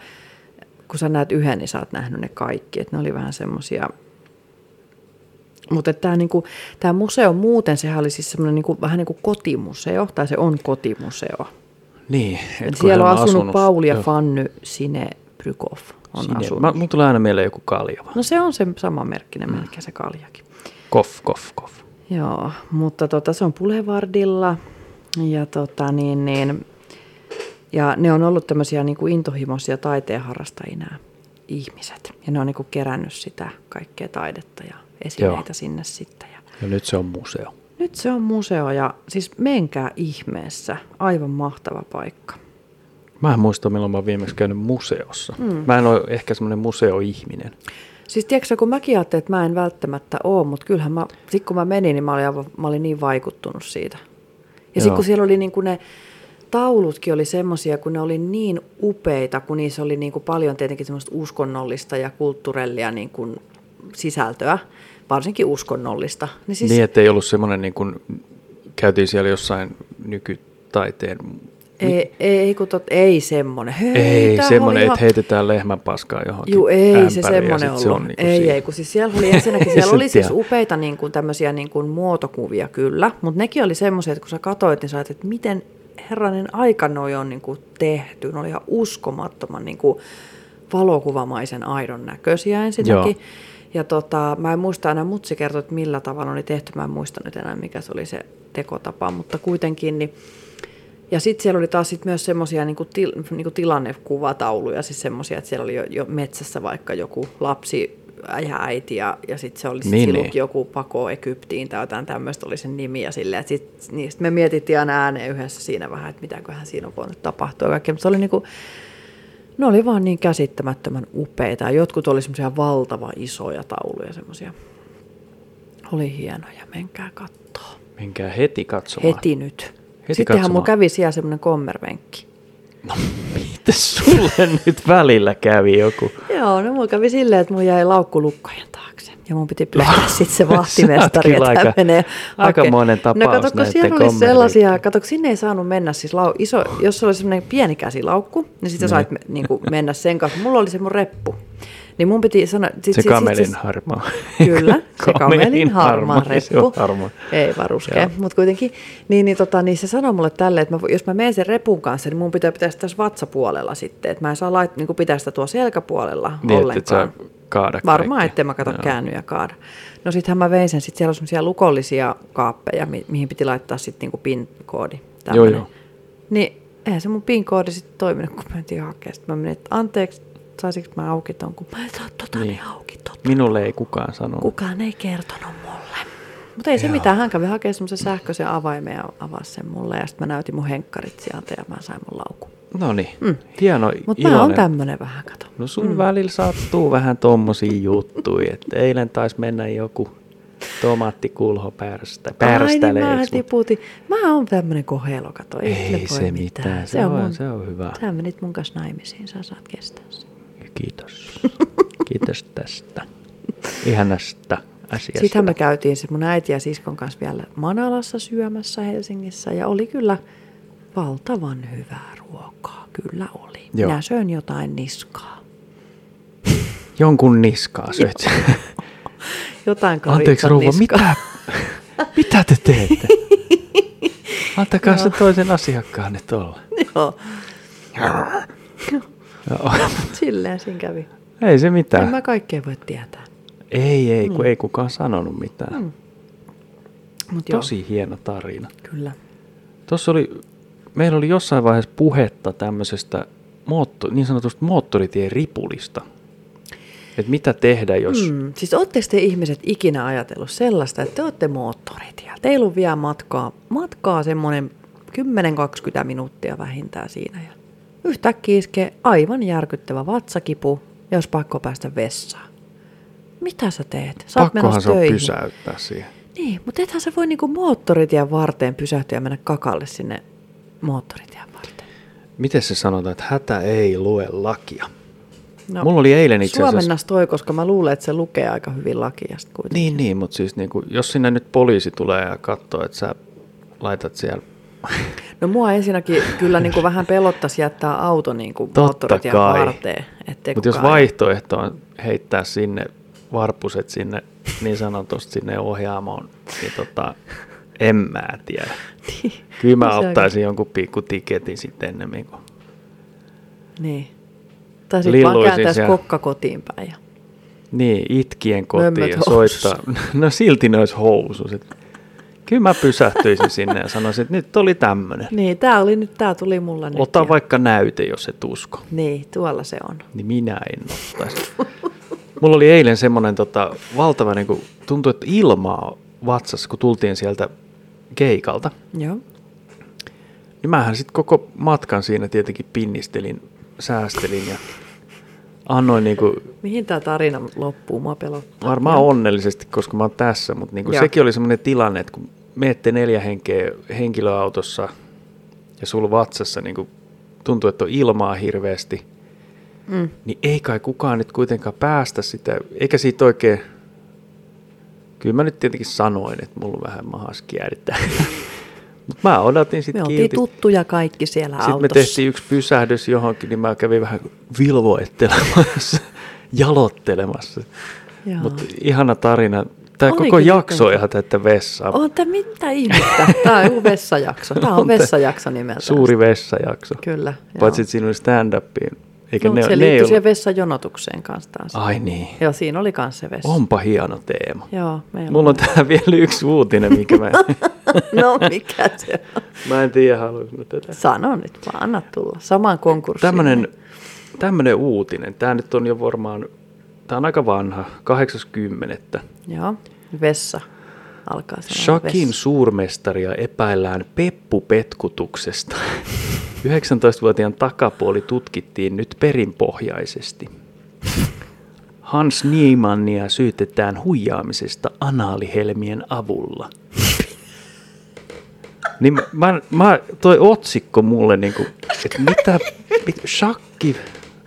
Speaker 2: kun sä näet yhden, niin sä oot nähnyt ne kaikki. Et ne oli vähän semmoisia, mutta tämä niinku, tää museo muuten, sehän oli siis semmoinen niinku, vähän niin kuin kotimuseo, tai se on kotimuseo.
Speaker 1: Niin.
Speaker 2: Et
Speaker 1: et kun
Speaker 2: siellä on
Speaker 1: hän
Speaker 2: asunut, Pauli ja
Speaker 1: Joo.
Speaker 2: Fanny Sine Brykov on
Speaker 1: Sinne.
Speaker 2: Sine. asunut.
Speaker 1: Mä, mulla tulee aina mieleen joku kaljava.
Speaker 2: No se on se sama merkkinen melkein se kaljakin.
Speaker 1: Koff, koff, koff.
Speaker 2: Joo, mutta tota, se on Boulevardilla ja, tota, niin, niin, ja ne on ollut tämmöisiä niin kuin intohimoisia taiteenharrastajia nämä ihmiset. Ja ne on niin kuin kerännyt sitä kaikkea taidetta ja esineitä
Speaker 1: Joo.
Speaker 2: sinne sitten. Ja
Speaker 1: Ja nyt se on museo.
Speaker 2: nyt se on museo ja siis menkää ihmeessä, aivan mahtava paikka.
Speaker 1: Mä en muista, milloin mä oon viimeksi käynyt museossa. Mm. Mä en ole ehkä semmoinen museoihminen.
Speaker 2: Siis tiedätkö, sä, kun mäkin ajattelin, että mä en välttämättä ole, mutta kyllähän mä, sit kun mä menin, niin mä olin, aivan, mä olin niin vaikuttunut siitä. Ja sitten
Speaker 1: Joo.
Speaker 2: kun siellä oli niin kuin ne taulutkin oli semmoisia, kun ne oli niin upeita, kun niissä oli niin kuin paljon tietenkin semmoista uskonnollista ja kulttuurellia niin kuin sisältöä, varsinkin uskonnollista. Ne
Speaker 1: Siis... Niin, ettei ollut semmoinen, niin kuin käytiin siellä jossain nykytaiteen...
Speaker 2: Ei, ei, ei, kun tot, ei semmoinen. Hei,
Speaker 1: ei,
Speaker 2: tämähän
Speaker 1: semmoinen,
Speaker 2: oli
Speaker 1: että heitetään lehmän paskaa johonkin
Speaker 2: Juu, ei
Speaker 1: ämpäriin
Speaker 2: se
Speaker 1: ja
Speaker 2: semmoinen
Speaker 1: sit
Speaker 2: ollut.
Speaker 1: Se on niin
Speaker 2: ei, ei, kun siis siellä oli ensinnäkin,
Speaker 1: Ei
Speaker 2: siellä
Speaker 1: se
Speaker 2: oli siis
Speaker 1: tiedä.
Speaker 2: upeita niin kuin, tämmöisiä niin kuin, muotokuvia kyllä, mutta nekin oli semmoisia, että kun sä katsoit, niin sä ajattelet, että miten herranen aika noi on niin kuin, tehty. Ne oli ihan uskomattoman niin kuin, valokuvamaisen aidon näköisiä ensinnäkin.
Speaker 1: Joo.
Speaker 2: Ja tota, mä en muista enää, mutsi kertoi, että millä tavalla oli tehty. Mä en muista nyt enää, mikä se oli se tekotapa, mutta kuitenkin niin ja sitten siellä oli taas sit myös semmoisia niinku til, niinku tilannekuvatauluja, siis semmoisia, että siellä oli jo, jo metsässä vaikka joku lapsi ja äiti ja, ja sitten se oli sit
Speaker 1: Niin,
Speaker 2: niin,
Speaker 1: niin.
Speaker 2: joku pako Egyptiin tai jotain tämmöistä oli sen nimi ja silleen, että sit, niin sit me mietittiin aina ääneen yhdessä siinä vähän, että mitäköhän siinä on voinut tapahtua ja kaikkea, mutta se oli niinku, ne oli vaan niin käsittämättömän upeita ja jotkut oli semmoisia valtava isoja tauluja semmoisia. Oli hienoja, menkää kattoo.
Speaker 1: Menkää heti katsomaan.
Speaker 2: Heti nyt.
Speaker 1: Heti
Speaker 2: Sittenhän
Speaker 1: katsomaan.
Speaker 2: mun kävi siellä semmoinen kommervenkki.
Speaker 1: Mitä sulle nyt välillä kävi joku?
Speaker 2: Joo, no mulla kävi silleen, että mun jäi laukku lukkojen taakse. Ja mun piti pyytää sitten se vahtimestari,
Speaker 1: Sä oot
Speaker 2: että
Speaker 1: kyllä
Speaker 2: hän
Speaker 1: aika-
Speaker 2: menee.
Speaker 1: aikamoinen
Speaker 2: hakemaan.
Speaker 1: tapaus
Speaker 2: No kato, kun
Speaker 1: näitten
Speaker 2: siellä oli
Speaker 1: kommervenkki-
Speaker 2: sellaisia, kato, kun sinne ei saanut mennä siis lau, iso, jos se oli semmoinen pieni käsilaukku, niin sitten sait me- niinku mennä sen kanssa. Mulla oli se mun reppu. Niin mun piti sanoa... Sit,
Speaker 1: Se
Speaker 2: sit- sit-
Speaker 1: kamelin
Speaker 2: sit-
Speaker 1: harmaa.
Speaker 2: Kyllä, se kamelin
Speaker 1: Se
Speaker 2: harmaa
Speaker 1: on
Speaker 2: reppu.
Speaker 1: harmaa.
Speaker 2: Ei vaan ruskea,
Speaker 1: Joo.
Speaker 2: mutta kuitenkin. Niin, niin, tota, niin se sanoi mulle tälle, että mä, vo- jos mä menen sen repun kanssa, niin mun pitää pitää sitä tässä vatsapuolella sitten. Että mä en saa lait, niin pitää sitä tuo selkäpuolella
Speaker 1: Niin, että et
Speaker 2: ollenkaan.
Speaker 1: sä kaada
Speaker 2: Varmaan,
Speaker 1: kaikkea.
Speaker 2: ettei mä kato
Speaker 1: Joo.
Speaker 2: käänny ja kaada. No sittenhän mä vein sen, sitten siellä on semmoisia lukollisia kaappeja, mi- mihin piti laittaa sitten niinku PIN-koodi. tämmönen.
Speaker 1: joo.
Speaker 2: Niin eihän se mun PIN-koodi sitten toiminut, kun mä mentiin hakemaan. Sitten mä menin, että anteeksi, saisinko mä auki ton, kun mä en saa tota niin.
Speaker 1: Niin.
Speaker 2: auki tota.
Speaker 1: Minulle ei kukaan sanonut.
Speaker 2: Kukaan ei kertonut mulle. Mutta ei se
Speaker 1: Joo.
Speaker 2: mitään, hän kävi hakemaan semmoisen sähköisen avaimen ja avasi sen mulle. Ja sitten mä näytin mun henkkarit sieltä ja mä sain mun laukun.
Speaker 1: No niin, hieno
Speaker 2: Mutta Mm. mä
Speaker 1: iloinen.
Speaker 2: oon tämmönen vähän, kato.
Speaker 1: No sun mm. välillä sattuu vähän tommosia juttuja, että eilen taisi mennä joku tomaattikulho pärstä,
Speaker 2: Ai niin, mä
Speaker 1: pärstäleeksi. mut
Speaker 2: tiputin. Mä oon tämmönen kohelo, kato. Ei, sille
Speaker 1: ei
Speaker 2: voi
Speaker 1: se mitään, se on, se on hyvä.
Speaker 2: Sä menit mun kanssa naimisiin, sä saat kestää sen.
Speaker 1: Kiitos. Kiitos tästä ihanasta asiasta.
Speaker 2: Sittenhän me käytiin se mun äiti ja siskon kanssa vielä Manalassa syömässä Helsingissä ja oli kyllä valtavan hyvää ruokaa, kyllä oli.
Speaker 1: Joo.
Speaker 2: Minä söin jotain niskaa.
Speaker 1: Jonkun niskaa syöt.
Speaker 2: Jotain
Speaker 1: Anteeksi
Speaker 2: karitsan
Speaker 1: rouva,
Speaker 2: niskaa.
Speaker 1: mitä, mitä te teette? Antakaa sen toisen asiakkaan nyt olla.
Speaker 2: Joo,
Speaker 1: Joo.
Speaker 2: silleen siinä kävi.
Speaker 1: ei se
Speaker 2: En
Speaker 1: mitään.
Speaker 2: mä kaikkea voi tietää.
Speaker 1: Ei, ei, kun ei kukaan sanonut mitään.
Speaker 2: Mm. Mut joo,
Speaker 1: Tosi hieno tarina.
Speaker 2: Kyllä.
Speaker 1: Tuossa oli, meillä oli jossain vaiheessa puhetta tämmöisestä mootto, niin sanotusta moottoritien ripulista. Että mitä tehdä, jos... Mm.
Speaker 2: Mm. Siis ootteko te ihmiset ikinä ajatellut sellaista, että te olette moottorit ja teillä on vielä matkaa, matkaa semmoinen 10-20 minuuttia vähintään siinä. Ja yhtäkkiä iskee aivan järkyttävä vatsakipu, jos pakko päästä vessaan. Mitä sä teet? Sä oot
Speaker 1: Pakkohan
Speaker 2: menossa
Speaker 1: se on
Speaker 2: töihin.
Speaker 1: pysäyttää siihen.
Speaker 2: Niin, mutta ethän sä voi niinku moottoritien varteen pysähtyä ja mennä kakalle sinne moottoritien varteen.
Speaker 1: Miten se sanotaan, että hätä ei lue lakia?
Speaker 2: No,
Speaker 1: Mulla oli eilen itse asiassa-
Speaker 2: Suomennas toi, koska mä luulen, että se lukee aika hyvin lakia sit kuitenkin.
Speaker 1: Niin, niin, mutta siis niin kuin, jos sinne nyt poliisi tulee ja katsoo, että sä laitat siellä... Niin.
Speaker 2: No mua ensinnäkin kyllä niin kuin vähän pelottaisi jättää auto niin kuin
Speaker 1: Totta
Speaker 2: moottorit ja
Speaker 1: kai.
Speaker 2: varteen. ettei
Speaker 1: Mutta jos
Speaker 2: kukaan-
Speaker 1: vaihtoehto on heittää sinne varpuset sinne niin sanotusti sinne ohjaamoon, niin tota, en mä tiedä.
Speaker 2: Niin.
Speaker 1: Kyllä mä
Speaker 2: Se on-
Speaker 1: ottaisin jonkun pikku tiketin sitten ennemmin kuin...
Speaker 2: Niin. Tai sitten vaan
Speaker 1: Lilluisin
Speaker 2: kääntäisi
Speaker 1: siellä.
Speaker 2: kokka kotiin päin. Ja...
Speaker 1: Niin, itkien kotiin
Speaker 2: Mömmöt
Speaker 1: ja
Speaker 2: housussa.
Speaker 1: soittaa. No silti ne olisi housus. et- Kyllä mä pysähtyisin sinne ja sanoisin, että nyt oli tämmöinen.
Speaker 2: Niin, tää oli nyt, tää tuli mulla nyt.
Speaker 1: Ota
Speaker 2: ja-
Speaker 1: vaikka näyte, jos et usko.
Speaker 2: Niin, tuolla se on.
Speaker 1: Niin minä en ottaisi. Mulla oli eilen semmoinen tota, valtava, niin kuin, tuntui, että ilmaa vatsassa, kun tultiin sieltä keikalta.
Speaker 2: Joo.
Speaker 1: Niin mähän sitten koko matkan siinä tietenkin pinnistelin, säästelin ja annoin niin kuin,
Speaker 2: Mihin tämä tarina loppuu? Mua pelottaa.
Speaker 1: Varmaan onnellisesti, koska mä oon tässä, mutta niinku
Speaker 2: Joo.
Speaker 1: sekin oli semmoinen tilanne, että kun menette neljä henkeä henkilöautossa ja ja sulla vatsassa niin kuin tuntuu, että on ilmaa hirveästi,
Speaker 2: Mm.
Speaker 1: niin ei kai kukaan nyt kuitenkaan päästä sitä, eikä siitä oikein, kyllä mä nyt tietenkin sanoin, että mulla on vähän mahas kiertää. Mutta mä odotin
Speaker 2: Me
Speaker 1: sitten
Speaker 2: oltiin
Speaker 1: kilti.
Speaker 2: tuttuja kaikki siellä
Speaker 1: Sitten me
Speaker 2: autossa.
Speaker 1: tehtiin yksi pysähdys johonkin, niin mä kävin vähän vilvoittelemassa, jalottelemassa.
Speaker 2: Joo.
Speaker 1: Mutta ihana tarina. Tämä
Speaker 2: Olikin
Speaker 1: koko jakso
Speaker 2: jotenkin.
Speaker 1: ihan täyttä vessaa.
Speaker 2: On tämä mitä ihmettä. Tämä on joku vessajakso. Tämä on
Speaker 1: tää
Speaker 2: vessajakso nimeltään.
Speaker 1: Suuri vessajakso.
Speaker 2: Kyllä, joo.
Speaker 1: Paitsi, että siinä oli stand-upiin. Eikä
Speaker 2: no,
Speaker 1: ne,
Speaker 2: ne, se
Speaker 1: ne ei
Speaker 2: liittyy
Speaker 1: ollut...
Speaker 2: siihen vessajonotukseen kanssa taas.
Speaker 1: Ai niin.
Speaker 2: Joo, siinä oli kanssa se vessa.
Speaker 1: Onpa hieno teema.
Speaker 2: Joo, meillä
Speaker 1: Mulla on täällä vielä yksi uutinen, mikä mä,
Speaker 2: no mikä se on?
Speaker 1: mä en tiedä haluaisin mä tätä.
Speaker 2: Sano nyt vaan, anna tulla. Samaan konkurssiin.
Speaker 1: Tämmönen, tämmönen uutinen. Tämä nyt on jo varmaan, tämä on aika vanha, 80.
Speaker 2: Joo, vessa. Alkaa sanoa
Speaker 1: Shakin
Speaker 2: vessa.
Speaker 1: suurmestaria epäillään peppupetkutuksesta. 19-vuotiaan takapuoli tutkittiin nyt perinpohjaisesti. Hans Niemannia syytetään huijaamisesta anaalihelmien avulla. Niin mä, mä, mä toi otsikko mulle niinku, että mitä, mit, shakki,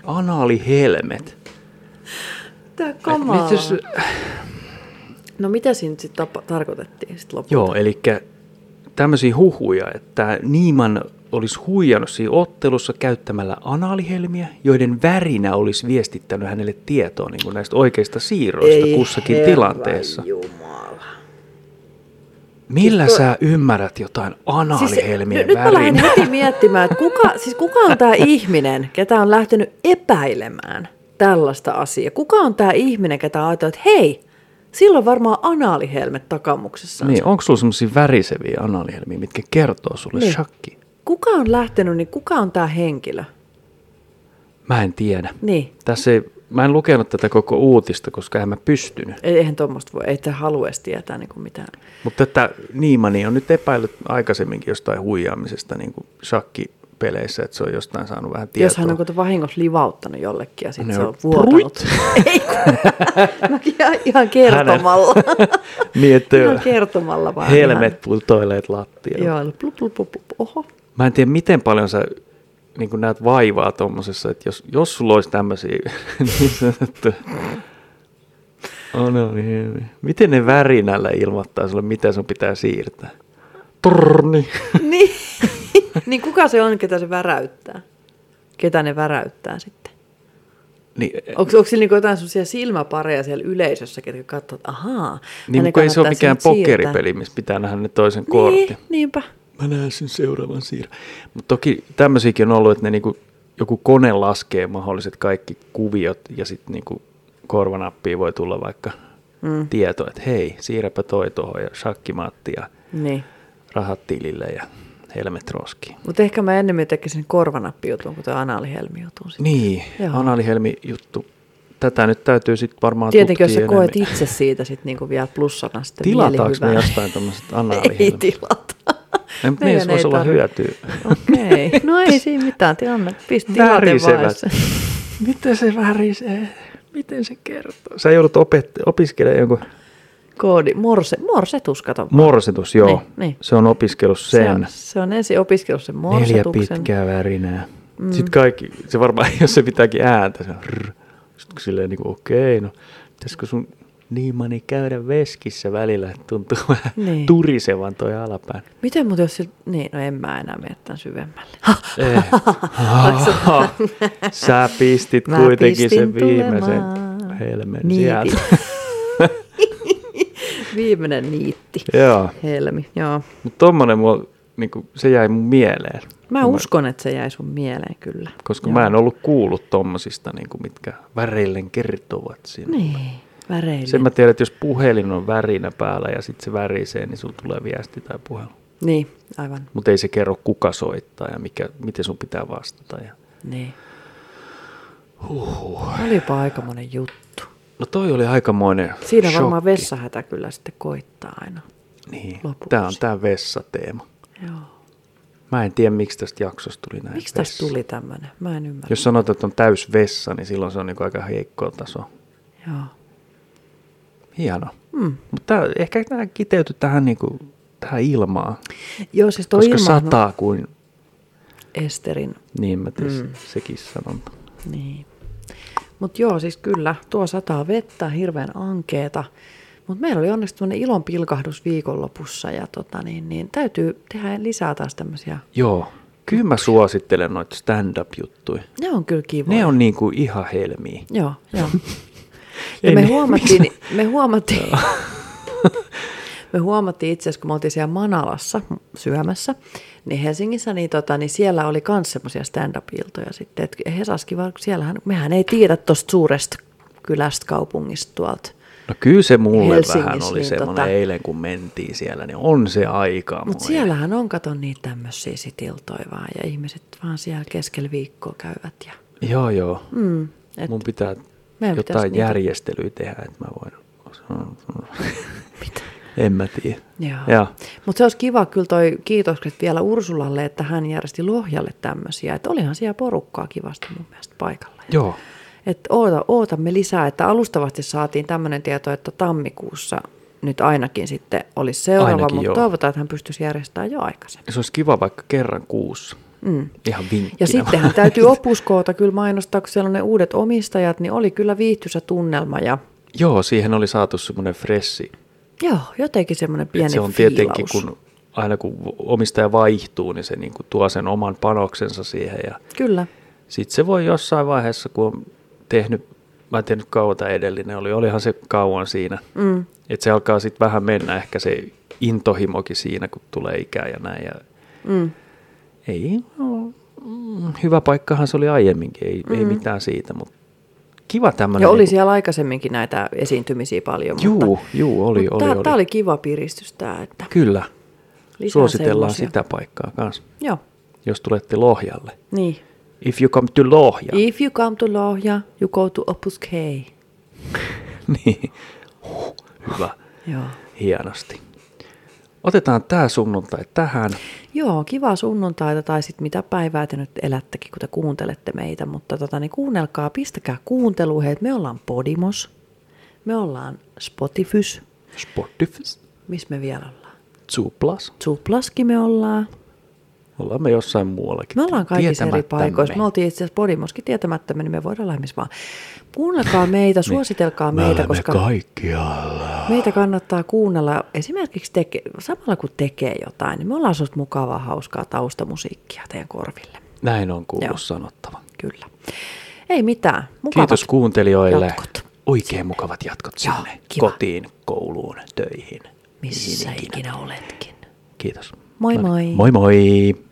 Speaker 1: anaalihelmet. Niin siis
Speaker 2: Tää kamala.
Speaker 1: Kamala. Nyt jos,
Speaker 2: No mitä siinä sitten tarkoitettiin sitten lopulta?
Speaker 1: Joo, eli tämmöisiä huhuja, että Niiman olisi huijannut siinä ottelussa käyttämällä anaalihelmiä, joiden värinä olisi viestittänyt hänelle tietoa niin kuin näistä oikeista siirroista kussakin tilanteessa.
Speaker 2: jumala.
Speaker 1: Millä
Speaker 2: Siis toi-
Speaker 1: sä
Speaker 2: Siis
Speaker 1: ymmärrät jotain anaalihelmien
Speaker 2: nyt, nyt mä lähden
Speaker 1: värinä?
Speaker 2: heti miettimään, että kuka, siis kuka on tämä ihminen, ketä on lähtenyt epäilemään tällaista asiaa? Kuka on tämä ihminen, ketä on ajatellut, että hei, sillä on varmaan anaalihelmet takamuksessa.
Speaker 1: Niin, onko sulla semmoisia väriseviä anaalihelmiä, mitkä kertoo sulle
Speaker 2: Niin.
Speaker 1: niin. shakki?
Speaker 2: Kuka on lähtenyt, niin kuka on tämä henkilö?
Speaker 1: Mä en tiedä.
Speaker 2: Niin,
Speaker 1: Tässä ei, mä en lukenut tätä koko uutista, koska en mä pystynyt.
Speaker 2: Ei- E- eihän tuommoista voi, ei tämä halua edes tietää niin kuin mitään.
Speaker 1: Mutta tätä Niimani on nyt epäillyt aikaisemminkin jostain huijaamisesta niin kuin shakkipeleissä, että se on jostain saanut vähän tietoa.
Speaker 2: Jos hän on kuitenkin vahingossa livauttanut jollekin ja sitten
Speaker 1: Ne
Speaker 2: se
Speaker 1: on
Speaker 2: on vuotanut. Ei kun, no, ihan, ihan kertomalla.
Speaker 1: niin, että
Speaker 2: Ihan kertomalla vaan.
Speaker 1: helmet putoileet lattialla.
Speaker 2: Ihan. Joo, plup, plup, plup, plup. oho.
Speaker 1: Mä en tiedä, miten paljon sä niin kuin näet vaivaa tuommoisessa, että jos, jos sulla olisi tämmöisiä niin sanottu... Oh, no, niin. Miten ne värinällä ilmoittaa sulle, mitä sun pitää siirtää? Torni.
Speaker 2: Niin. niin kuka se on, ketä se väräyttää? Ketä ne väräyttää sitten?
Speaker 1: Niin,
Speaker 2: Onko, onko sillä niinku jotain sellaisia silmäpareja siellä yleisössä, ketkä katsovat, että ahaa.
Speaker 1: niin
Speaker 2: hänen
Speaker 1: kun ei se ole
Speaker 2: kannattaa
Speaker 1: mikään
Speaker 2: se nyt siirtää."
Speaker 1: pokeripeli, missä pitää nähdä ne toisen kortin.
Speaker 2: Niin, niinpä.
Speaker 1: Mä näen sen seuraavan siirron. Mutta toki tämmöisiäkin on ollut, että ne niinku, joku kone laskee mahdolliset kaikki kuviot ja sitten niinku korvanappiin voi tulla vaikka
Speaker 2: Mm.
Speaker 1: mm. tieto, että hei, siirräpä toi tuohon ja shakkimaatti ja
Speaker 2: Niin.
Speaker 1: rahat tilille ja helmet roskiin.
Speaker 2: Mutta ehkä mä ennemmin tekisin korvanappijutun, kun tuo anaalihelmijutun. sitten.
Speaker 1: Niin,
Speaker 2: Joo.
Speaker 1: anaalihelmi juttu. Tätä nyt täytyy sitten varmaan
Speaker 2: Tietenkin, jos
Speaker 1: tutkia
Speaker 2: sä koet
Speaker 1: enemmän.
Speaker 2: itse siitä sit niinku vielä plussana sitten
Speaker 1: Tilataanko me
Speaker 2: mielihyvää.
Speaker 1: jostain tommoset
Speaker 2: Ei
Speaker 1: anaalihelmet?
Speaker 2: tilata.
Speaker 1: En- niissä niin,
Speaker 2: Meidän
Speaker 1: voisi
Speaker 2: ei
Speaker 1: olla
Speaker 2: tarvi-
Speaker 1: hyötyä.
Speaker 2: Okei, no ei siinä mitään tilanne. Pistä tilate vaan.
Speaker 1: Värisevät. Miten se värisee? Miten se kertoo? Sä joudut opet- opiskelemaan jonkun
Speaker 2: Koodi, morse, morsetus, kato.
Speaker 1: morsitus, joo.
Speaker 2: Niin, niin.
Speaker 1: Se on opiskellut
Speaker 2: Se
Speaker 1: sen.
Speaker 2: on, se on ensin opiskellut sen
Speaker 1: Neljä
Speaker 2: morsetuksen.
Speaker 1: pitkää värinää. Mm. Sitten kaikki, se varmaan, jos se pitääkin ääntä, se on rrr. Sitten silleen niin kuin, okei, no pitäisikö sun niimani käydä veskissä välillä, että tuntuu vähän
Speaker 2: Niin.
Speaker 1: niin. turisevan toi alapään.
Speaker 2: Miten mutta jos sillä... Niin, no en mä enää mene tämän syvemmälle.
Speaker 1: Eh. Sä pistit
Speaker 2: Mä
Speaker 1: kuitenkin
Speaker 2: pistin
Speaker 1: sen viimeisen
Speaker 2: tulemaan.
Speaker 1: helmen
Speaker 2: Niitin.
Speaker 1: sieltä.
Speaker 2: Viimeinen niitti.
Speaker 1: Joo.
Speaker 2: Helmi, joo.
Speaker 1: Mutta tommonen mulla, niinku, se jäi mun mieleen,
Speaker 2: Mä uskon, että se jäi sun mieleen kyllä.
Speaker 1: koska
Speaker 2: Joo.
Speaker 1: Joo. mä en ollut kuullut tommosista, niinku, mitkä väreillen kertovat siinä.
Speaker 2: Niin, väreinen.
Speaker 1: Sen mä tiedän, että jos puhelin on värinä päällä ja sitten se värisee, niin sulla tulee viesti tai puhelu.
Speaker 2: Niin, aivan.
Speaker 1: Mutta ei se kerro, kuka soittaa ja mikä, miten sun pitää vastata. Ja...
Speaker 2: Niin. Huhhuh. Olipa aikamoinen juttu.
Speaker 1: No toi oli aikamoinen
Speaker 2: Siinä
Speaker 1: shokki.
Speaker 2: varmaan vessahätä kyllä sitten koittaa aina.
Speaker 1: Niin.
Speaker 2: lopuksi.
Speaker 1: Tämä on tämä vessateema.
Speaker 2: Joo.
Speaker 1: Mä en tiedä, miksi tästä jaksosta tuli näin.
Speaker 2: Miksi tässä
Speaker 1: vessa.
Speaker 2: tuli tämmöinen? Mä en ymmärrä.
Speaker 1: Jos sanotaan, että on täys vessa, niin silloin se on niinku aika heikko taso.
Speaker 2: Joo.
Speaker 1: Hienoa.
Speaker 2: Mm.
Speaker 1: Mutta ehkä tämä kiteytyi niinku, tähän, niin kuin, tähän ilmaan,
Speaker 2: Joo, siis toi
Speaker 1: koska
Speaker 2: ilma,
Speaker 1: sataa kuin
Speaker 2: Esterin.
Speaker 1: Niin mä ties, mm. sekin sanonta.
Speaker 2: Niin. Mutta joo, siis kyllä, tuo sataa vettä, hirveän ankeeta. Mutta meillä oli onneksi tämmöinen ilon pilkahdus viikonlopussa ja tota niin, niin täytyy tehdä lisää taas tämmöisiä.
Speaker 1: Joo, kyllä mä suosittelen noita stand-up-juttuja.
Speaker 2: Ne on kyllä kivoja.
Speaker 1: Ne on niinku ihan helmiä.
Speaker 2: Joo, joo.
Speaker 1: Ei
Speaker 2: Ja me
Speaker 1: ne-
Speaker 2: huomattiin, me huomattiin, me huomattiin itse asiassa, kun me oltiin siellä Manalassa syömässä, niin Helsingissä, niin, tota, niin siellä oli myös semmoisia stand-up-iltoja sitten. Et Hesaski, vaan siellähän, mehän ei tiedä tuosta suuresta kylästä, kaupungista tuolta.
Speaker 1: No kyllä se mulle
Speaker 2: Helsingissä,
Speaker 1: vähän oli
Speaker 2: niin
Speaker 1: semmoinen
Speaker 2: tota-
Speaker 1: eilen, kun mentiin siellä, niin on se aika.
Speaker 2: Mutta siellähän on, kato niitä tämmöisiä sitiltoja vaan, ja ihmiset vaan siellä keskellä viikkoa käyvät. Ja,
Speaker 1: Joo, joo.
Speaker 2: mm, et,
Speaker 1: Mun pitää
Speaker 2: Meidän pitäisi
Speaker 1: jotain
Speaker 2: niitä-
Speaker 1: järjestelyä tehdä, että mä voin... en mä tiedä.
Speaker 2: Joo.
Speaker 1: Joo.
Speaker 2: Mutta se olisi kiva kyllä toi kiitokset vielä Ursulalle, että hän järjesti Lohjalle tämmöisiä. Että olihan siellä porukkaa kivasti mun mielestä paikalla. Ja-
Speaker 1: Joo.
Speaker 2: Et oota, ootamme lisää, että alustavasti saatiin tämmöinen tieto, että tammikuussa nyt ainakin sitten olisi seuraava,
Speaker 1: Ainakin, joo.
Speaker 2: mutta toivotaan, että hän pystyisi järjestämään jo aikaisemmin.
Speaker 1: Se olisi kiva vaikka kerran kuussa.
Speaker 2: Mm.
Speaker 1: Ihan vinkkinä.
Speaker 2: Ja sittenhän täytyy opuskoota kyllä mainostaa, kun siellä on ne uudet omistajat, niin oli kyllä viihtyisä tunnelma ja
Speaker 1: Joo, siihen oli saatu semmoinen fressi.
Speaker 2: joo, jotenkin semmoinen pieni
Speaker 1: Et se on
Speaker 2: fiilaus.
Speaker 1: tietenkin, kun aina kun omistaja vaihtuu, niin se niin kuin tuo sen oman panoksensa siihen. Ja
Speaker 2: Kyllä,
Speaker 1: sitten se voi jossain vaiheessa, kun on tehnyt, mä en tiedä nyt kauan tämä edellinen oli, olihan se kauan siinä.
Speaker 2: mm,
Speaker 1: Että se alkaa sitten vähän mennä ehkä se intohimokin siinä, kun tulee ikää ja näin. Ja
Speaker 2: mm.
Speaker 1: ei, no, mm, hyvä paikkahan se oli aiemminkin, ei, mm. ei mitään siitä, mutta kiva tämmöinen.
Speaker 2: Ja oli siellä aikaisemminkin näitä esiintymisiä paljon.
Speaker 1: Juu,
Speaker 2: mutta,
Speaker 1: juu, oli, oli,
Speaker 2: tämä,
Speaker 1: oli.
Speaker 2: Tämä oli kiva piristys tämä, että
Speaker 1: Kyllä,
Speaker 2: lisää
Speaker 1: suositellaan
Speaker 2: semmosia.
Speaker 1: sitä paikkaa kanssa,
Speaker 2: Joo,
Speaker 1: jos tulette Lohjalle.
Speaker 2: niin.
Speaker 1: If you come to Lohja.
Speaker 2: If you come to Lohja, you go to Opus K.
Speaker 1: niin, huh, hyvä,
Speaker 2: Joo.
Speaker 1: hienosti. Otetaan tämä sunnuntai tähän.
Speaker 2: Joo, kivaa sunnuntaita tai sitten mitä päivää te nyt elättekin, kun te kuuntelette meitä, mutta tota, niin kuunnelkaa, pistäkää kuuntelu, hei, me ollaan Podimos, me ollaan Spotifys,
Speaker 1: Spotify,
Speaker 2: missä me vielä ollaan?
Speaker 1: Zuplas.
Speaker 2: Zuplaski me ollaan.
Speaker 1: Ollaan me jossain muuallakin.
Speaker 2: Me ollaan kaikissa eri
Speaker 1: Tietämättämme.
Speaker 2: paikoissa. Me oltiin itse asiassa Podimoskin tietämättämme, niin me voidaan olla missä vaan. Kuunnelkaa meitä, suositelkaa meitä, koska
Speaker 1: kaikkialla.
Speaker 2: meitä kannattaa kuunnella esimerkiksi teke, samalla kun tekee jotain, niin me ollaan sellaista mukavaa, hauskaa taustamusiikkia teidän korville.
Speaker 1: Näin on kuullut
Speaker 2: Joo.
Speaker 1: sanottava.
Speaker 2: Kyllä. Ei mitään. Mukavat.
Speaker 1: Kiitos kuuntelijoille.
Speaker 2: jatkot.
Speaker 1: Oikein mukavat jatkot sinne.
Speaker 2: Joo, kiva.
Speaker 1: Kotiin, kouluun, töihin.
Speaker 2: Missä
Speaker 1: Mihin
Speaker 2: ikinä oletkin.
Speaker 1: Kiitos.
Speaker 2: Moi
Speaker 1: No niin. Moi
Speaker 2: moi.
Speaker 1: moi.